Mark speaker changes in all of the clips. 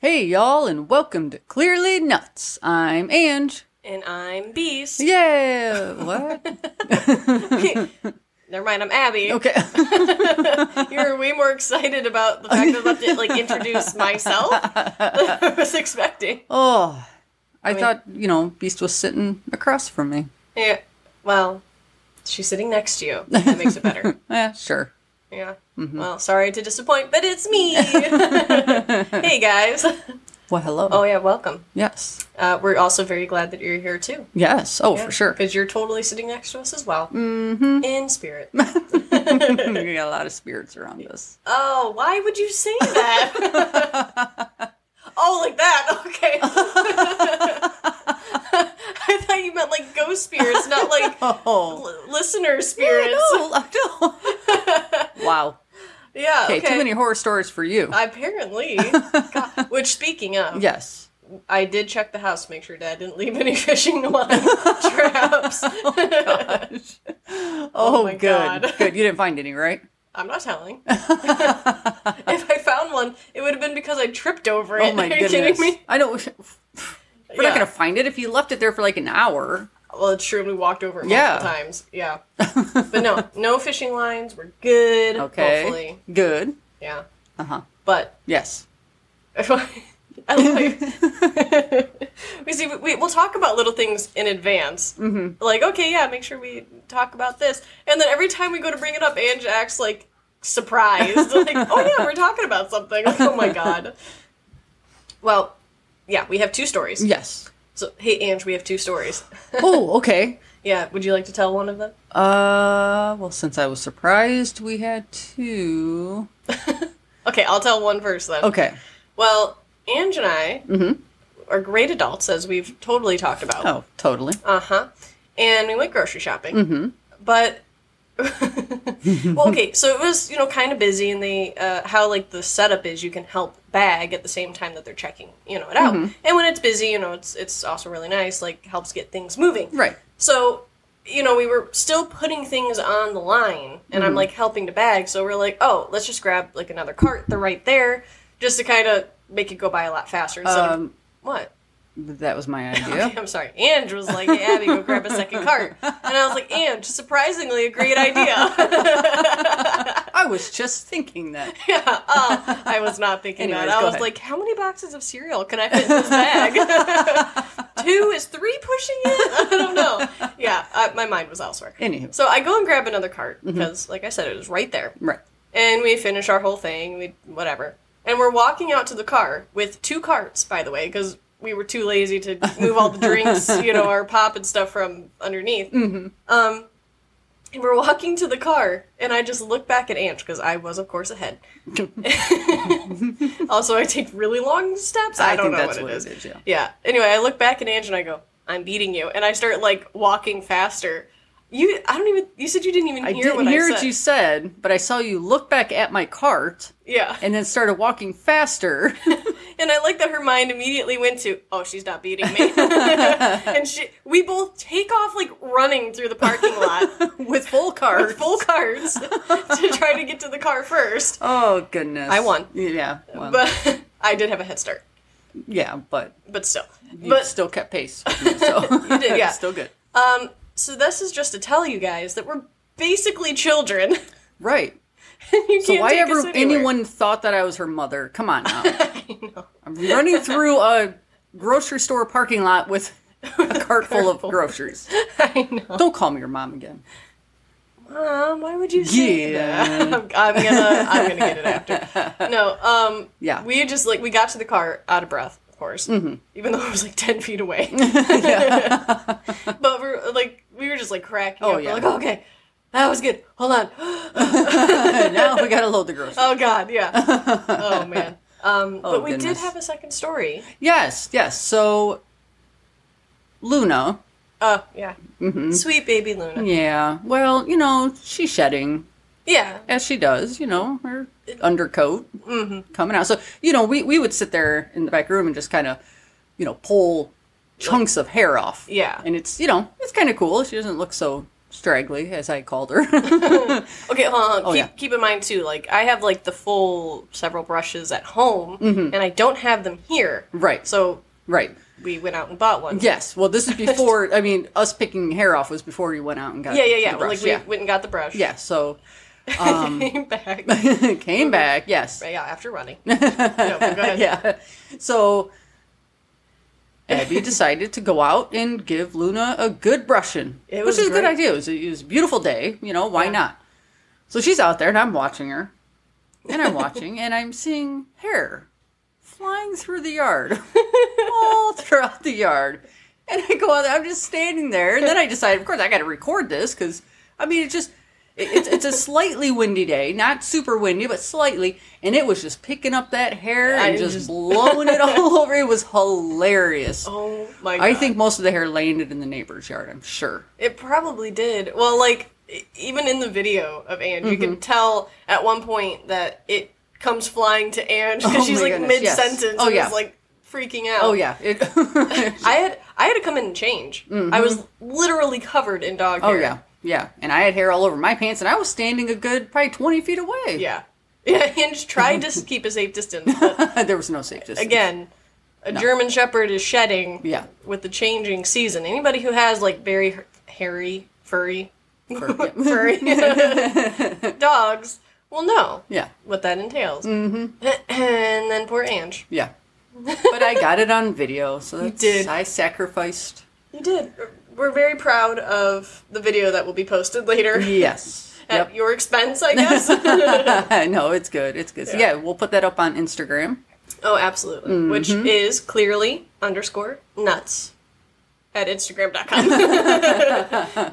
Speaker 1: Hey, y'all, and welcome to Clearly Nuts. I'm Ange.
Speaker 2: And I'm Beast.
Speaker 1: Yeah. What?
Speaker 2: Never mind, I'm Abby.
Speaker 1: Okay.
Speaker 2: You were way more excited about the fact that I left it like introduce myself than I was expecting.
Speaker 1: Oh, I thought, you know, Beast was sitting across from me.
Speaker 2: Yeah. Well, she's sitting next to you. That makes it better.
Speaker 1: Eh, sure.
Speaker 2: Yeah.
Speaker 1: Mm-hmm.
Speaker 2: Well, sorry to disappoint, but it's me. hey guys.
Speaker 1: Well, hello.
Speaker 2: Oh yeah, welcome.
Speaker 1: Yes.
Speaker 2: Uh, we're also very glad that you're here too.
Speaker 1: Yes. Oh, for sure. Mm-hmm.
Speaker 2: Because you're totally sitting next to us as well. In spirit.
Speaker 1: we got a lot of spirits around us.
Speaker 2: Oh, why would you say that? oh, like that. Okay. I thought you meant like ghost spirits, not like
Speaker 1: Oh.
Speaker 2: l- listener spirits.
Speaker 1: wow.
Speaker 2: Yeah,
Speaker 1: Okay,
Speaker 2: okay.
Speaker 1: too many horror stories for you.
Speaker 2: Apparently. God. Which, speaking of,
Speaker 1: yes.
Speaker 2: I did check the house, make sure Dad didn't leave any fishing line traps.
Speaker 1: Oh,
Speaker 2: my
Speaker 1: good.
Speaker 2: God.
Speaker 1: Good. You didn't find any, right?
Speaker 2: I'm not telling. if I found one, it would have been because I tripped over it.
Speaker 1: Oh my
Speaker 2: Are you
Speaker 1: goodness.
Speaker 2: kidding me?
Speaker 1: I know. We're
Speaker 2: Yeah.
Speaker 1: not gonna find it if you left it there for like an hour.
Speaker 2: Well, it's true. We walked over it multiple
Speaker 1: Yeah.
Speaker 2: times. Yeah. but no, no fishing lines. We're good.
Speaker 1: Okay.
Speaker 2: Hopefully.
Speaker 1: Good.
Speaker 2: Yeah.
Speaker 1: Uh huh.
Speaker 2: But
Speaker 1: Yes.
Speaker 2: I love how you- we see. We, we'll talk about little things in advance. Mm-hmm. Like, okay, yeah, make sure we talk about this. And then every time we go to bring it up, Ange acts like surprised. like, oh yeah, we're talking about something. Like, oh my god. Well, yeah, we have two stories.
Speaker 1: Yes.
Speaker 2: So, hey, Ange, we have two stories.
Speaker 1: Oh, okay.
Speaker 2: yeah. Would you like to tell one of them?
Speaker 1: Uh, well, since I was surprised, we had two.
Speaker 2: Okay, I'll tell one first then.
Speaker 1: Okay. Mm-hmm.
Speaker 2: Well, Ange and I are great adults, as we've totally talked about.
Speaker 1: Oh, totally.
Speaker 2: Uh huh. And we went grocery shopping. Mm-hmm. But. well, okay, so it was you know kind of busy, and they uh, how like the setup is you can help bag at the same time that they're checking you know it out,
Speaker 1: Mm-hmm.
Speaker 2: and when it's busy, you know it's it's also really nice, like helps get things moving.
Speaker 1: Right.
Speaker 2: So, you know, we were still putting things on the line,
Speaker 1: Mm-hmm.
Speaker 2: and I'm like helping to bag. So we're like, oh, let's just grab like another cart. They're right there, just to kind of make it go by a lot faster. Instead of
Speaker 1: Um,
Speaker 2: what?
Speaker 1: that was my
Speaker 2: Okay,
Speaker 1: idea.
Speaker 2: I'm sorry. Ange was like, hey, Abby, go grab a second cart, and I was like, Ange, surprisingly, a great idea.
Speaker 1: I was just thinking that.
Speaker 2: yeah, uh, I was not thinking
Speaker 1: Anyways,
Speaker 2: that. I
Speaker 1: go
Speaker 2: was
Speaker 1: ahead.
Speaker 2: like, how many boxes of cereal can I fit in this bag? Two is three pushing it. I don't know. Yeah, uh, my mind was elsewhere.
Speaker 1: Anywho. Mm-hmm.
Speaker 2: So I go and grab another cart because, like I said, it was right there.
Speaker 1: Right.
Speaker 2: And we finish our whole thing, we whatever. And we're walking out to the car with two carts, by the way, because we were too lazy to move all the drinks, you know, our pop and stuff from underneath. Mm-hmm. Um, and we're walking to the car, and I just look back at Ange because I was, of course, ahead. also, I take really long steps. I,
Speaker 1: I
Speaker 2: don't
Speaker 1: think
Speaker 2: know
Speaker 1: that's
Speaker 2: what
Speaker 1: what
Speaker 2: it
Speaker 1: it
Speaker 2: is.
Speaker 1: is, yeah.
Speaker 2: Anyway, I look back at Ange and I go, "I'm beating you," and I start like walking faster. You, I don't even. You said you didn't even
Speaker 1: I
Speaker 2: hear
Speaker 1: didn't
Speaker 2: what
Speaker 1: hear
Speaker 2: I
Speaker 1: what
Speaker 2: said.
Speaker 1: you said, but I saw you look back at my cart
Speaker 2: yeah.
Speaker 1: and then started walking faster.
Speaker 2: And I like that her mind immediately went to, oh, she's not beating me. and she, we both take off like running through the parking lot
Speaker 1: with full cart.
Speaker 2: with full cards to try to get to the car first.
Speaker 1: oh goodness.
Speaker 2: I won.
Speaker 1: Yeah. Well,
Speaker 2: But I did have a head start.
Speaker 1: yeah, but
Speaker 2: But still,
Speaker 1: you
Speaker 2: but
Speaker 1: still kept pace. with me, So you
Speaker 2: did, yeah.
Speaker 1: still good.
Speaker 2: um, so this is just to tell you guys that we're basically children.
Speaker 1: Right.
Speaker 2: you
Speaker 1: So
Speaker 2: can't
Speaker 1: why
Speaker 2: take us
Speaker 1: ever
Speaker 2: anywhere.
Speaker 1: anyone thought that I was her mother? Come on now. I'm running through a grocery store parking lot with a cart full of groceries.
Speaker 2: I know.
Speaker 1: Don't call me your mom again.
Speaker 2: Mom, Uh, why would you say
Speaker 1: Yeah.
Speaker 2: that? I'm, I'm gonna, I'm gonna get it after. No, um,
Speaker 1: Yeah. Mm-hmm.
Speaker 2: we just like we got to the car out of breath, of course, even though it was like ten feet away. but we're like, we were just like cracking.
Speaker 1: Oh,
Speaker 2: up.
Speaker 1: yeah.
Speaker 2: We're like, "Oh, okay, that was good. Hold on.
Speaker 1: And now we gotta load the groceries.
Speaker 2: oh God, yeah. Oh man. Um, but we
Speaker 1: Oh,
Speaker 2: did
Speaker 1: goodness.
Speaker 2: have a second story.
Speaker 1: Yes, yes. So Luna.
Speaker 2: Oh yeah, sweet baby Luna. Yeah,
Speaker 1: Mm-hmm. Yeah. Well, you know, she's shedding as she does, you know, her undercoat
Speaker 2: Mm-hmm.
Speaker 1: coming out. So, you know, we, we would sit there in the back room and just kind of, you know, pull chunks of hair off.
Speaker 2: Yeah.
Speaker 1: And it's, you know, it's kind of cool. She doesn't look so straggly, as I called her.
Speaker 2: Okay, hold on, hold on.
Speaker 1: Oh,
Speaker 2: keep,
Speaker 1: yeah.
Speaker 2: keep in mind too, like I have like the full several brushes at home, and I don't have them here.
Speaker 1: Mm-hmm. Right.
Speaker 2: So
Speaker 1: right.
Speaker 2: we went out and bought one.
Speaker 1: Yes. Well, this is before. I mean, us picking hair off was before you went out and got.
Speaker 2: yeah, yeah, yeah.
Speaker 1: the brush,
Speaker 2: like we
Speaker 1: yeah.
Speaker 2: went and got the brush.
Speaker 1: yeah. Um, So
Speaker 2: came back. Mm-hmm.
Speaker 1: came back. Yes.
Speaker 2: yeah, after running. no, go ahead.
Speaker 1: Yeah. So Abby decided to go out and give Luna a good brushing,
Speaker 2: It
Speaker 1: which
Speaker 2: was
Speaker 1: is a good
Speaker 2: great.
Speaker 1: idea. It was, it was a beautiful day. You know, why
Speaker 2: Yeah.
Speaker 1: not? So she's out there, and I'm watching her, and I'm watching, and I'm seeing hair flying through the yard, all throughout the yard. And I go out there, I'm just standing there, and then I decide, of course, I got to record this because, I mean, it's just. it- It's, it's a slightly windy day, not super windy, but slightly, and it was just picking up that hair and
Speaker 2: I
Speaker 1: just,
Speaker 2: just-
Speaker 1: blowing it all over. It was hilarious.
Speaker 2: Oh my god.
Speaker 1: I think most of the hair landed in the neighbor's yard. I'm sure.
Speaker 2: It probably did. Well, like e- even in the video of Ange, you
Speaker 1: Mm-hmm.
Speaker 2: can tell at one point that it comes flying to Ange because
Speaker 1: Oh
Speaker 2: she's
Speaker 1: my
Speaker 2: like
Speaker 1: goodness,
Speaker 2: mid
Speaker 1: yes.
Speaker 2: sentence
Speaker 1: Oh,
Speaker 2: and
Speaker 1: yeah.
Speaker 2: is like freaking out.
Speaker 1: Oh yeah. It
Speaker 2: I had I had to come in and change. I was literally covered in dog
Speaker 1: Mm-hmm. oh
Speaker 2: hair.
Speaker 1: yeah. Yeah. And I had hair all over my pants, and I was standing a good probably 20 feet away.
Speaker 2: yeah, yeah. Ange tried to s- keep a safe distance, but
Speaker 1: there was no safe distance.
Speaker 2: again, a German Shepherd is shedding.
Speaker 1: Yeah.
Speaker 2: with the changing season. Anybody who has like very h- hairy, furry,
Speaker 1: For- yeah.
Speaker 2: furry dogs will know.
Speaker 1: yeah.
Speaker 2: what that entails. Mm-hmm. and then poor Ange.
Speaker 1: Yeah. But I got it on video, so that's,
Speaker 2: did.
Speaker 1: I sacrificed.
Speaker 2: You did. We're very proud of the video that will be posted later
Speaker 1: Yes.
Speaker 2: at
Speaker 1: yep.
Speaker 2: your expense, I guess.
Speaker 1: no, it's good. It's good. So, yeah,
Speaker 2: Yeah.
Speaker 1: we'll put that up on Instagram.
Speaker 2: oh, absolutely. Which
Speaker 1: Mm-hmm.
Speaker 2: is clearly underscore nuts at Instagram.com.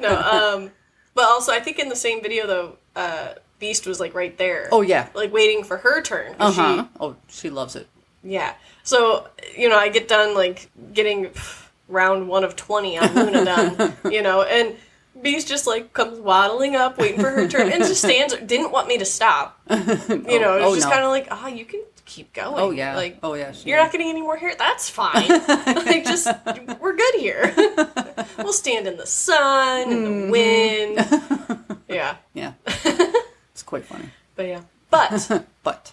Speaker 2: no, um, but also I think in the same video though, uh, Beast was like right there.
Speaker 1: Oh yeah.
Speaker 2: Like waiting for her turn. 'cause
Speaker 1: Uh
Speaker 2: she-
Speaker 1: huh. Oh, she loves it.
Speaker 2: Yeah. So, you know, I get done like getting pff, round one of 20 on Luna done, you know, and Beast just like comes waddling up, waiting for her turn, and just stands, didn't want me to stop. You know, it was
Speaker 1: oh,
Speaker 2: just
Speaker 1: no.
Speaker 2: kind of like, ah, you can keep going.
Speaker 1: Oh, yeah.
Speaker 2: Like,
Speaker 1: Oh, yeah, she
Speaker 2: You're not getting any more hair. That's fine. like, just, we're good here. we'll stand in the sun, in the wind.
Speaker 1: Mm-hmm.
Speaker 2: Yeah.
Speaker 1: Yeah. it's quite funny.
Speaker 2: But yeah. But.
Speaker 1: But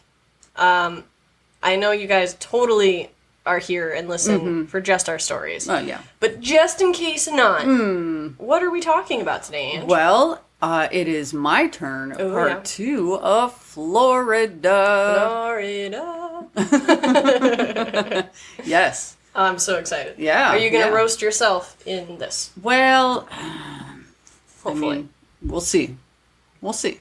Speaker 2: I know you guys totally are here and listen
Speaker 1: Mm-hmm.
Speaker 2: for just our stories.
Speaker 1: Oh, yeah.
Speaker 2: But just in case not,
Speaker 1: Hmm.
Speaker 2: what are we talking about today, Ange?
Speaker 1: Well, uh, it is my turn. of
Speaker 2: Oh,
Speaker 1: part
Speaker 2: yeah.
Speaker 1: two of Florida.
Speaker 2: Florida.
Speaker 1: Yes.
Speaker 2: I'm so excited.
Speaker 1: Yeah,
Speaker 2: Are you going to
Speaker 1: yeah.
Speaker 2: roast yourself in this?
Speaker 1: Well, I
Speaker 2: Hopefully.
Speaker 1: mean, we'll see. We'll see.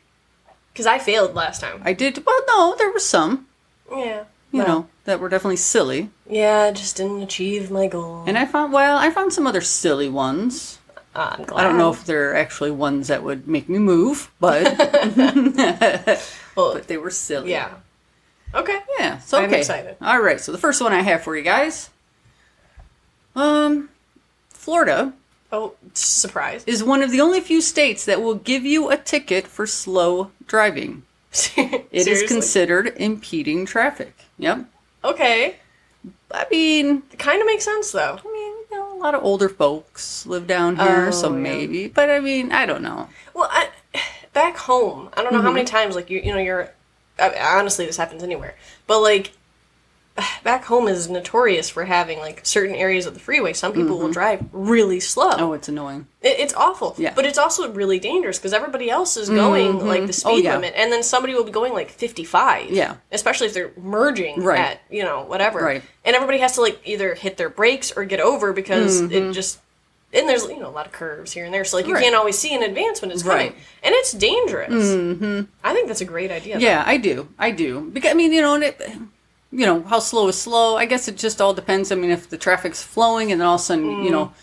Speaker 2: Because I failed last time.
Speaker 1: I did. Well, no, there were some,
Speaker 2: yeah.
Speaker 1: you
Speaker 2: Well,
Speaker 1: know, that were definitely silly.
Speaker 2: Yeah, I just didn't achieve my goal.
Speaker 1: And I found, well, I found some other silly ones.
Speaker 2: Ah, I'm glad.
Speaker 1: I don't know if they're actually ones that would make me move, but
Speaker 2: Well,
Speaker 1: but they were silly.
Speaker 2: yeah. Okay.
Speaker 1: Yeah, so
Speaker 2: I'm
Speaker 1: okay.
Speaker 2: excited.
Speaker 1: All right, so the first one I have for you guys. Um, Florida
Speaker 2: Oh, surprise.
Speaker 1: is one of the only few states that will give you a ticket for slow driving.
Speaker 2: It
Speaker 1: It is
Speaker 2: is
Speaker 1: considered impeding traffic. Yep.
Speaker 2: Okay.
Speaker 1: I mean,
Speaker 2: It kind of makes sense, though.
Speaker 1: I mean, you know, a lot of older folks live down here,
Speaker 2: Oh,
Speaker 1: so
Speaker 2: yeah.
Speaker 1: maybe. But I mean, I don't know.
Speaker 2: Well, I, back home, I don't know
Speaker 1: Mm-hmm.
Speaker 2: how many times, like, you, you know, you're. I, honestly, this happens anywhere. But, like, back home is notorious for having, like, certain areas of the freeway. Some people
Speaker 1: Mm-hmm.
Speaker 2: will drive really slow.
Speaker 1: Oh, it's annoying.
Speaker 2: It, it's awful.
Speaker 1: Yeah.
Speaker 2: But it's also really dangerous because everybody else is going, like, the speed
Speaker 1: Oh, yeah.
Speaker 2: limit. And then somebody will be going, like, 55.
Speaker 1: Yeah.
Speaker 2: Especially if they're merging
Speaker 1: Right.
Speaker 2: at, you know, whatever.
Speaker 1: Right.
Speaker 2: And everybody has to, like, either hit their brakes or get over because it just. And there's you know a lot of curves here and there, so like you
Speaker 1: Mm-hmm. Right.
Speaker 2: can't always see in advance when it's
Speaker 1: Right.
Speaker 2: coming, and it's dangerous. Mm-hmm. I think that's a great idea.
Speaker 1: Yeah, I do. I do. Because I mean, you know, and it, you know, how slow is slow? I guess it just all depends. I mean, if the traffic's flowing and then all of a sudden, you know,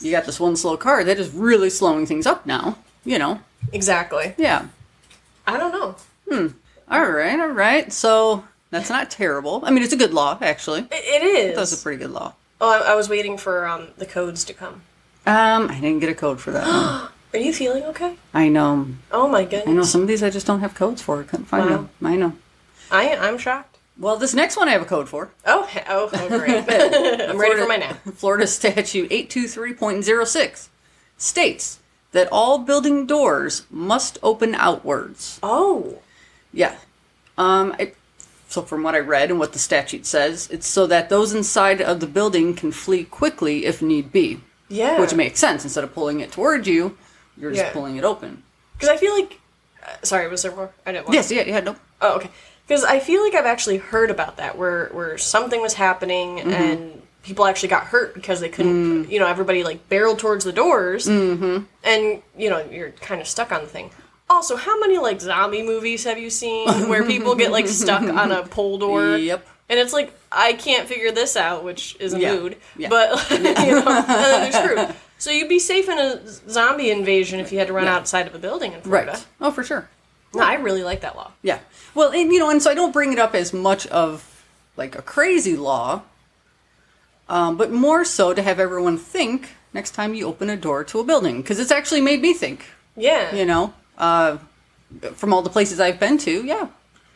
Speaker 1: you got this one slow car, that is really slowing things up now. You know.
Speaker 2: exactly.
Speaker 1: Yeah.
Speaker 2: I don't know.
Speaker 1: All right, all right. So that's not terrible. I mean, it's a good law, actually.
Speaker 2: It, it is.
Speaker 1: That's a pretty good law.
Speaker 2: oh, I, I was waiting for um, the codes to come.
Speaker 1: Um, I didn't get a code for that. one.
Speaker 2: Are you feeling okay?
Speaker 1: I know.
Speaker 2: Oh my
Speaker 1: I know
Speaker 2: goodness,
Speaker 1: some of these I just don't have codes for. I couldn't find
Speaker 2: Wow.
Speaker 1: them. I know.
Speaker 2: I, I'm shocked.
Speaker 1: Well, this next one I have a code for.
Speaker 2: Oh, he- oh, oh great. I'm ready for my nap.
Speaker 1: Florida Statute 823.06 states that all building doors must open outwards.
Speaker 2: Oh.
Speaker 1: Yeah. Um, I, so, from what I read and what the statute says, it's so that those inside of the building can flee quickly if need be,
Speaker 2: Yeah.
Speaker 1: which makes sense. Instead of pulling it toward you, you're just
Speaker 2: Yeah.
Speaker 1: pulling it open.
Speaker 2: Because I feel like. Uh, sorry, was there more? I didn't want
Speaker 1: Yes, yeah, yeah, no.
Speaker 2: Oh, okay. Because I feel like I've actually heard about that, where where something was happening
Speaker 1: Mm-hmm.
Speaker 2: and people actually got hurt because they
Speaker 1: Mm.
Speaker 2: couldn't. You know, everybody like barreled towards the doors,
Speaker 1: Mm-hmm.
Speaker 2: and you know you're kind of stuck on the thing. Also, how many like zombie movies have you seen where people get like stuck on a pole door?
Speaker 1: Yep.
Speaker 2: And it's like I can't figure this out, which is a
Speaker 1: Yeah.
Speaker 2: mood.
Speaker 1: Yeah.
Speaker 2: But you know, and then they're screwed. So you'd be safe in a z- zombie invasion if you had to run
Speaker 1: Yeah.
Speaker 2: outside of a building in Florida.
Speaker 1: Right. Oh, for sure.
Speaker 2: No, I really like that law.
Speaker 1: Yeah. Well, and you know, and so I don't bring it up as much of like a crazy law, um, but more so to have everyone think next time you open a door to a building because it's actually made me think.
Speaker 2: Yeah.
Speaker 1: You know, uh, from all the places I've been to, yeah,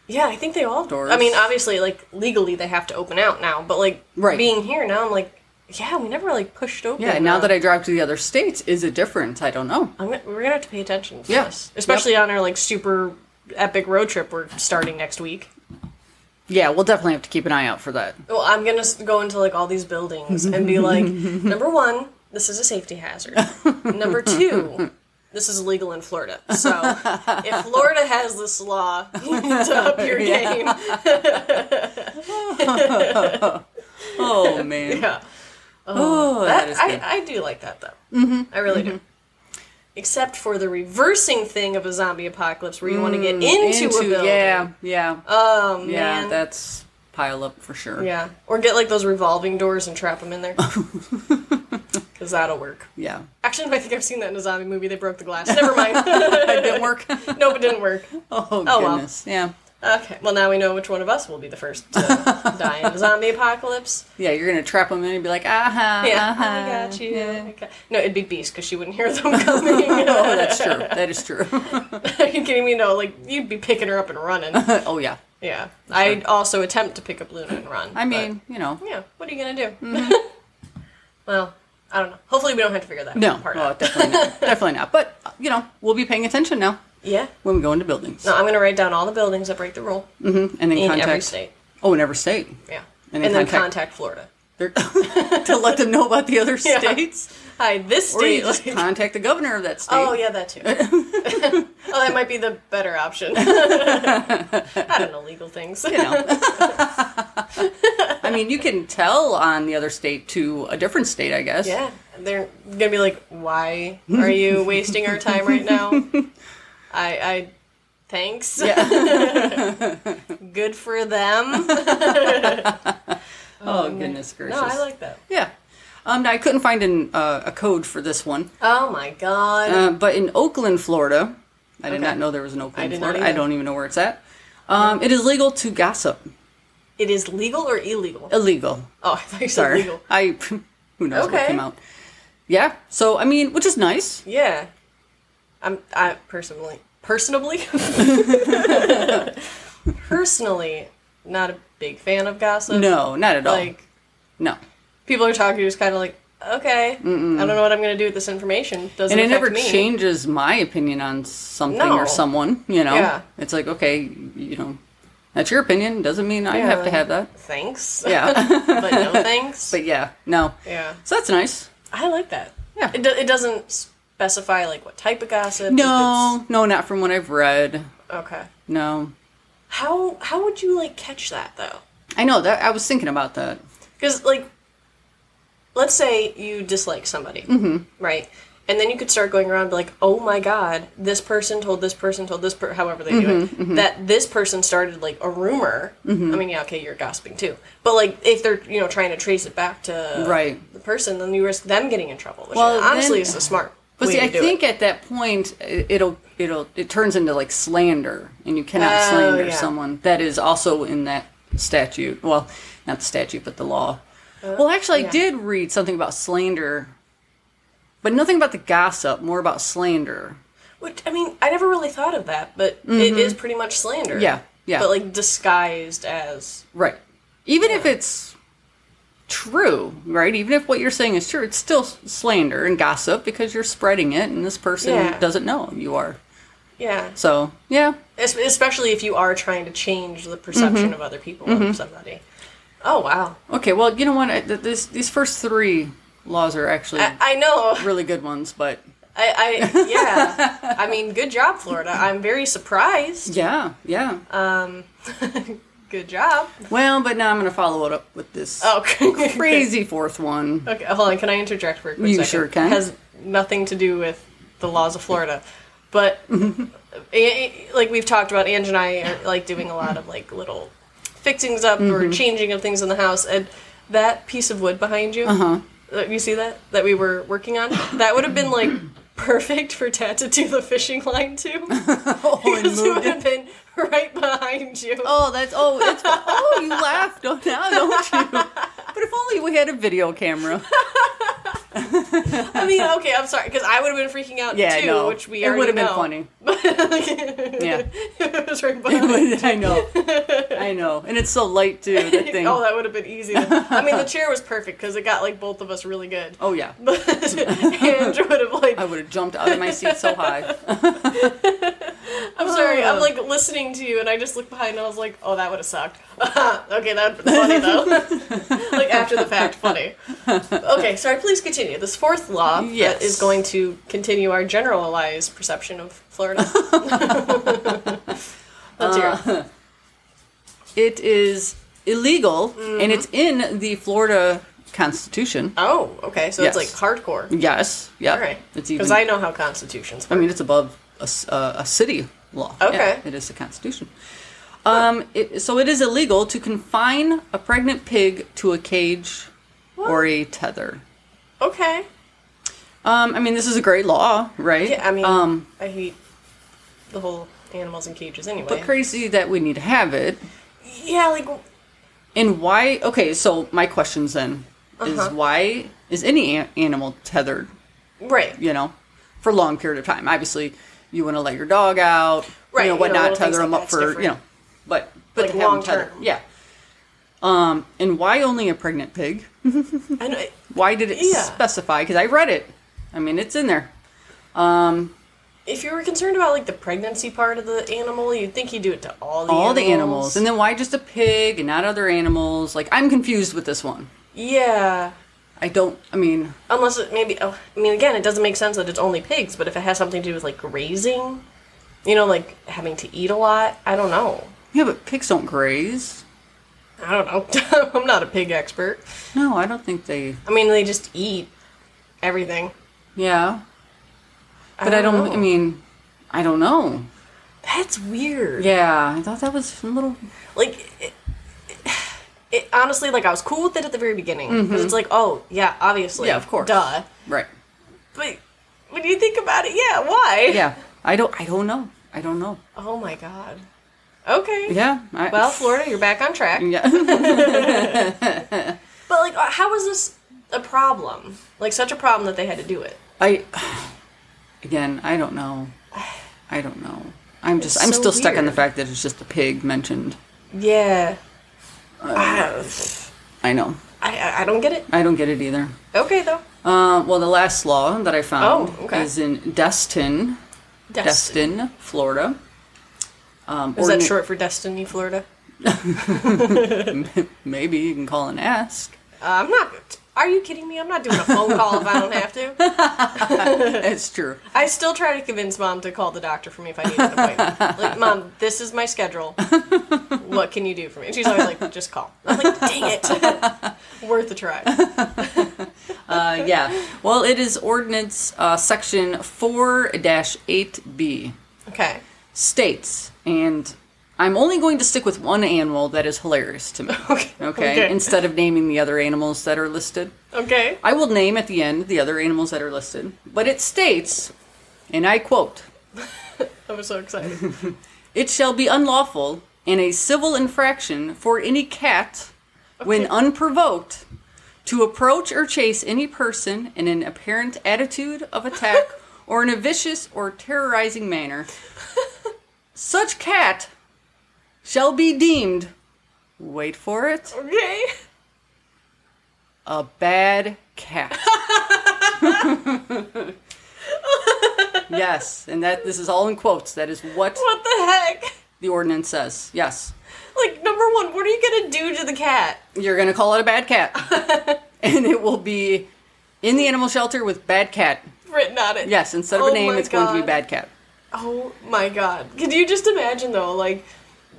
Speaker 2: Yeah, I think they all.
Speaker 1: Doors.
Speaker 2: I mean, obviously, like legally they have to open out now, but like
Speaker 1: Right.
Speaker 2: being here now, I'm like, yeah, we never like pushed open.
Speaker 1: yeah. Now
Speaker 2: uh,
Speaker 1: that I drive to the other states, is it different? I don't know.
Speaker 2: I'm gonna, we're gonna have to pay attention. To
Speaker 1: Yeah.
Speaker 2: this. especially on our like super epic road trip we're starting next week.
Speaker 1: Yeah, we'll definitely have to keep an eye out for that.
Speaker 2: Well, I'm gonna s- go into like all these buildings and be like, number one, this is a safety hazard. number two. This is illegal in Florida. So if Florida has this law, you need to up your
Speaker 1: Yeah.
Speaker 2: game.
Speaker 1: Oh man.
Speaker 2: Yeah.
Speaker 1: Oh, that
Speaker 2: That,
Speaker 1: is good.
Speaker 2: I, I do like that though. Mm-hmm. I really do. Except for the reversing thing of a zombie apocalypse, where you want to get into, a building.
Speaker 1: yeah, yeah,
Speaker 2: Oh
Speaker 1: yeah.
Speaker 2: man.
Speaker 1: That's pile up for sure.
Speaker 2: yeah. Or get like those revolving doors and trap them in there. Because that'll work.
Speaker 1: yeah.
Speaker 2: Actually, I think I've seen that in a zombie movie. They broke the glass. Never mind.
Speaker 1: It didn't work.
Speaker 2: nope, it didn't work.
Speaker 1: Oh,
Speaker 2: well.
Speaker 1: goodness. Yeah.
Speaker 2: Okay. Well, now we know which one of us will be the first to die in a zombie apocalypse.
Speaker 1: Yeah, you're going to trap them in and be like, aha.
Speaker 2: Yeah.
Speaker 1: aha.
Speaker 2: I got you.
Speaker 1: Uh-huh. Yeah.
Speaker 2: Okay. No, it'd be Beast because she wouldn't hear them coming.
Speaker 1: Oh, that's true. That is true.
Speaker 2: Are you kidding me? No, like you'd be picking her up and running.
Speaker 1: oh, yeah.
Speaker 2: Yeah, I'd also attempt to pick up Luna and run.
Speaker 1: I mean, you know.
Speaker 2: but, yeah, what are you gonna do? well, I don't know. Hopefully, we don't have to figure that
Speaker 1: No.
Speaker 2: part
Speaker 1: Oh,
Speaker 2: out.
Speaker 1: definitely not. definitely not. But, uh, you know, we'll be paying attention now
Speaker 2: Yeah.
Speaker 1: when we go into buildings.
Speaker 2: No, I'm gonna write down all the buildings that break the rule
Speaker 1: hmm And then
Speaker 2: in
Speaker 1: contact.
Speaker 2: every state.
Speaker 1: Oh, in every state.
Speaker 2: Yeah,
Speaker 1: And
Speaker 2: and,
Speaker 1: in
Speaker 2: then
Speaker 1: contact-
Speaker 2: contact, Florida.
Speaker 1: They're- to let them know about the other
Speaker 2: Yeah.
Speaker 1: states.
Speaker 2: Hi, this
Speaker 1: Or you
Speaker 2: state.
Speaker 1: just
Speaker 2: like-
Speaker 1: contact the governor of that state.
Speaker 2: oh yeah, that too. oh, that might be the better option. I don't know legal things.
Speaker 1: You know. I mean, you can tell on the other state to a different state, I guess.
Speaker 2: Yeah, they're gonna be like, "Why are you wasting our time right now?" I, I, thanks.
Speaker 1: Yeah.
Speaker 2: Good for them. no,
Speaker 1: oh, goodness gracious.
Speaker 2: I like that.
Speaker 1: Yeah. Um, now, I couldn't find an, uh, a code for this one,
Speaker 2: Oh my god.
Speaker 1: uh, but in Oakland, Florida, I did
Speaker 2: Okay.
Speaker 1: not know there was an Oakland,
Speaker 2: I did not
Speaker 1: Florida. I
Speaker 2: either.
Speaker 1: don't even know where it's at. Um, it is legal to gossip.
Speaker 2: it is legal or illegal?
Speaker 1: Illegal.
Speaker 2: Oh, I thought you said
Speaker 1: Sorry.
Speaker 2: legal.
Speaker 1: I. Who knows what
Speaker 2: Okay.
Speaker 1: came out? Yeah. So I mean, which is nice.
Speaker 2: Yeah. I'm. I personally, personally, personally, not a big fan of gossip.
Speaker 1: No, not at all.
Speaker 2: Like
Speaker 1: no.
Speaker 2: people are talking, just kind of like, okay, I don't know what I'm gonna do with this information. Doesn't
Speaker 1: And it
Speaker 2: affect
Speaker 1: never
Speaker 2: me.
Speaker 1: changes my opinion on something
Speaker 2: No.
Speaker 1: or someone. You know.
Speaker 2: Yeah.
Speaker 1: It's like okay, you know, that's your opinion. Doesn't mean I have to
Speaker 2: like,
Speaker 1: have that.
Speaker 2: Thanks.
Speaker 1: Yeah.
Speaker 2: but no thanks.
Speaker 1: but yeah, no.
Speaker 2: yeah.
Speaker 1: So that's nice.
Speaker 2: I like that.
Speaker 1: Yeah.
Speaker 2: It, do, it doesn't specify like what type of gossip. if
Speaker 1: No, no, not from what I've read.
Speaker 2: it's- Okay.
Speaker 1: No,
Speaker 2: How how would you like catch that though?
Speaker 1: I know that. I was thinking about that.
Speaker 2: Because like, let's say you dislike somebody,
Speaker 1: Mm-hmm.
Speaker 2: right? And then you could start going around and be like, oh my god, this person told this person told this per however they do
Speaker 1: Mm-hmm,
Speaker 2: it that this person started like a rumor. I mean, yeah, okay, you're gossiping too, but like if they're you know trying to trace it back to
Speaker 1: Right.
Speaker 2: the person, then you risk them getting in trouble. Which
Speaker 1: Well,
Speaker 2: honestly
Speaker 1: then-
Speaker 2: is a smart.
Speaker 1: But
Speaker 2: way
Speaker 1: see,
Speaker 2: to
Speaker 1: I
Speaker 2: do it.
Speaker 1: think at that point i- it'll it'll it turns into like slander, and you cannot
Speaker 2: Oh,
Speaker 1: slander
Speaker 2: yeah.
Speaker 1: someone. That is also in that statute. Well, not the statute, but the law. well, actually, I
Speaker 2: Oh, yeah.
Speaker 1: did read something about slander, but nothing about the gossip. More about slander.
Speaker 2: Which I mean, I never really thought of that, but it is pretty much slander.
Speaker 1: Mm-hmm. Yeah, yeah.
Speaker 2: But like disguised as
Speaker 1: Right. Even if it's true, right? Even if what you're saying is true, it's still slander and gossip because you're spreading it, and this person
Speaker 2: Yeah.
Speaker 1: doesn't know you are.
Speaker 2: Yeah.
Speaker 1: So, yeah,
Speaker 2: Es- Especially if you are trying to change the perception of other people of somebody. Oh, wow.
Speaker 1: okay. Well, you know what? I, th- this, these first three laws are actually
Speaker 2: I, I know.
Speaker 1: really good ones, but
Speaker 2: I, I yeah. I mean, good job, Florida. I'm very surprised.
Speaker 1: yeah, yeah.
Speaker 2: Um, good job.
Speaker 1: Well, but now I'm going to follow it up with this
Speaker 2: Oh, okay.
Speaker 1: crazy fourth one.
Speaker 2: Okay, hold on. Can I interject for a quick
Speaker 1: You
Speaker 2: second?
Speaker 1: sure can.
Speaker 2: Has nothing to do with the laws of Florida, but
Speaker 1: Mm-hmm.
Speaker 2: eh, eh, like we've talked about, Ange and I are like doing a lot of like little fixings up
Speaker 1: Mm-hmm.
Speaker 2: or changing of things in the house, and that piece of wood behind you.
Speaker 1: Uh-huh.
Speaker 2: that- You see that that we were working on? That would have been like perfect for Tat to do the fishing line to.
Speaker 1: Oh, and
Speaker 2: Because it
Speaker 1: moved
Speaker 2: would
Speaker 1: it.
Speaker 2: have been right behind you.
Speaker 1: Oh, that's oh, it's oh, you laugh don't, now, don't you? But if only we had a video camera.
Speaker 2: I mean, okay, I'm sorry, because I would have been freaking out
Speaker 1: Yeah, I
Speaker 2: too,
Speaker 1: know.
Speaker 2: which we
Speaker 1: it
Speaker 2: already
Speaker 1: would have been
Speaker 2: know.
Speaker 1: funny.
Speaker 2: yeah. it was right behind.
Speaker 1: I know, I know, and it's so light too. That thing.
Speaker 2: Oh, that would have been easy. I mean, the chair was perfect because it got like both of us really good.
Speaker 1: oh yeah,
Speaker 2: But Andrew would have like,
Speaker 1: I would have jumped out of my seat so high.
Speaker 2: I'm sorry,
Speaker 1: Oh.
Speaker 2: I'm like listening to you, and I just looked behind and I was like, oh, that would have sucked. okay, that would have been funny though. like after the fact, funny. Okay, sorry. Please continue. This fourth law
Speaker 1: Yes.
Speaker 2: that is going to continue our generalized perception of Florida. Let's hear it.
Speaker 1: Uh, It is illegal, and it's
Speaker 2: Mm-hmm.
Speaker 1: in the Florida Constitution.
Speaker 2: Oh, okay. So
Speaker 1: Yes.
Speaker 2: it's like hardcore.
Speaker 1: Yes, yeah,
Speaker 2: All right.
Speaker 1: It's
Speaker 2: Because
Speaker 1: even.
Speaker 2: I
Speaker 1: I,
Speaker 2: know how constitutions work.
Speaker 1: mean, it's above a, s- uh, a city law.
Speaker 2: Okay.
Speaker 1: Yeah, it is the Constitution. Um, it, so it is illegal to confine a pregnant pig to a cage or a tether.
Speaker 2: Okay.
Speaker 1: Um, I mean, this is a great law, right?
Speaker 2: Yeah, I mean,
Speaker 1: um,
Speaker 2: I hate the whole animals in cages anyway.
Speaker 1: but crazy that we need to have it.
Speaker 2: yeah, like
Speaker 1: And why? Okay, so my questions then
Speaker 2: Uh-huh.
Speaker 1: is why is any an- animal tethered?
Speaker 2: right.
Speaker 1: You know, for a long period of time. Obviously, you want to let your dog out,
Speaker 2: Right,
Speaker 1: You
Speaker 2: you
Speaker 1: know,
Speaker 2: know,
Speaker 1: whatnot,
Speaker 2: little
Speaker 1: tether
Speaker 2: things
Speaker 1: them up
Speaker 2: like that's
Speaker 1: for you
Speaker 2: different.
Speaker 1: know, but but
Speaker 2: Like
Speaker 1: to have them
Speaker 2: long
Speaker 1: tethered,
Speaker 2: term.
Speaker 1: yeah. Um, and why only a pregnant pig?
Speaker 2: I know.
Speaker 1: Why did it
Speaker 2: Yeah.
Speaker 1: specify? Because I read it. I mean, it's in there. Um,
Speaker 2: If you were concerned about like the pregnancy part of the animal, you'd think you'd do it to all the
Speaker 1: all
Speaker 2: animals.
Speaker 1: the animals, and then why just a pig and not other animals? Like I'm confused with this one.
Speaker 2: yeah.
Speaker 1: I don't. I mean,
Speaker 2: Unless it maybe, oh, I mean, again, it doesn't make sense that it's only pigs, but if it has something to do with like grazing, you know, like having to eat a lot, I don't know.
Speaker 1: yeah, but pigs don't graze.
Speaker 2: I don't know. I'm not a pig expert.
Speaker 1: No, I don't think they.
Speaker 2: I mean, they just eat everything.
Speaker 1: Yeah, but I don't. I,
Speaker 2: know.
Speaker 1: mean, I don't know.
Speaker 2: that's weird.
Speaker 1: Yeah, I thought that was a little.
Speaker 2: like it, it, honestly like i was cool with it at the very beginning because it's like oh yeah obviously
Speaker 1: Mm-hmm. Yeah, of course.
Speaker 2: duh
Speaker 1: Right.
Speaker 2: but when you think about it yeah why
Speaker 1: Yeah, I don't. I don't know. I don't know.
Speaker 2: oh my god okay
Speaker 1: Yeah. Mm. I,
Speaker 2: well florida you're back on track
Speaker 1: Yeah.
Speaker 2: but like uh, how is this a problem like such a problem that they had to do it
Speaker 1: I. Again, I don't know. I don't know. I'm just.
Speaker 2: It's
Speaker 1: I'm
Speaker 2: so
Speaker 1: still stuck on the
Speaker 2: weird.
Speaker 1: fact that it's just a pig mentioned.
Speaker 2: yeah I,
Speaker 1: I know.
Speaker 2: I, I don't get it
Speaker 1: I don't get it either.
Speaker 2: okay though
Speaker 1: Uh, well, the last law that I found
Speaker 2: Oh, okay.
Speaker 1: is in Destin,
Speaker 2: Destin.
Speaker 1: Destin, Florida. Um,
Speaker 2: is that
Speaker 1: ordina-
Speaker 2: short for destiny florida
Speaker 1: Maybe you can call and ask.
Speaker 2: uh, i'm not are you kidding me i'm not doing a phone call if i don't have to
Speaker 1: It's true.
Speaker 2: I still try to convince mom to call the doctor for me if I need an appointment. like, mom, this is my schedule. What can you do for me? And she's always like, just call. I'm like, dang it. Worth a try.
Speaker 1: Uh, yeah. Well, it is Ordinance uh, Section 4 8B
Speaker 2: Okay.
Speaker 1: states, and I'm only going to stick with one animal that is hilarious to me.
Speaker 2: Okay.
Speaker 1: okay. Instead of naming the other animals that are listed.
Speaker 2: Okay.
Speaker 1: I will name at the end the other animals that are listed, but it states, and I quote,
Speaker 2: I'm so excited.
Speaker 1: It shall be unlawful and a civil infraction for any cat, when unprovoked, to approach or chase any person in an apparent attitude of attack or in a vicious or terrorizing manner. Such cat shall be deemed, wait for it,
Speaker 2: Okay.
Speaker 1: a bad cat. yes, and that this is all in quotes. That is what
Speaker 2: What the heck?
Speaker 1: the ordinance says. Yes.
Speaker 2: Like, number one, what are you gonna do to the cat?
Speaker 1: You're going to call it a bad cat. and it will be in the animal shelter with bad cat.
Speaker 2: Written on it.
Speaker 1: Yes, instead of
Speaker 2: Oh
Speaker 1: a name,
Speaker 2: my
Speaker 1: it's going to be
Speaker 2: God.
Speaker 1: bad cat.
Speaker 2: Oh my god. Could you just imagine though, like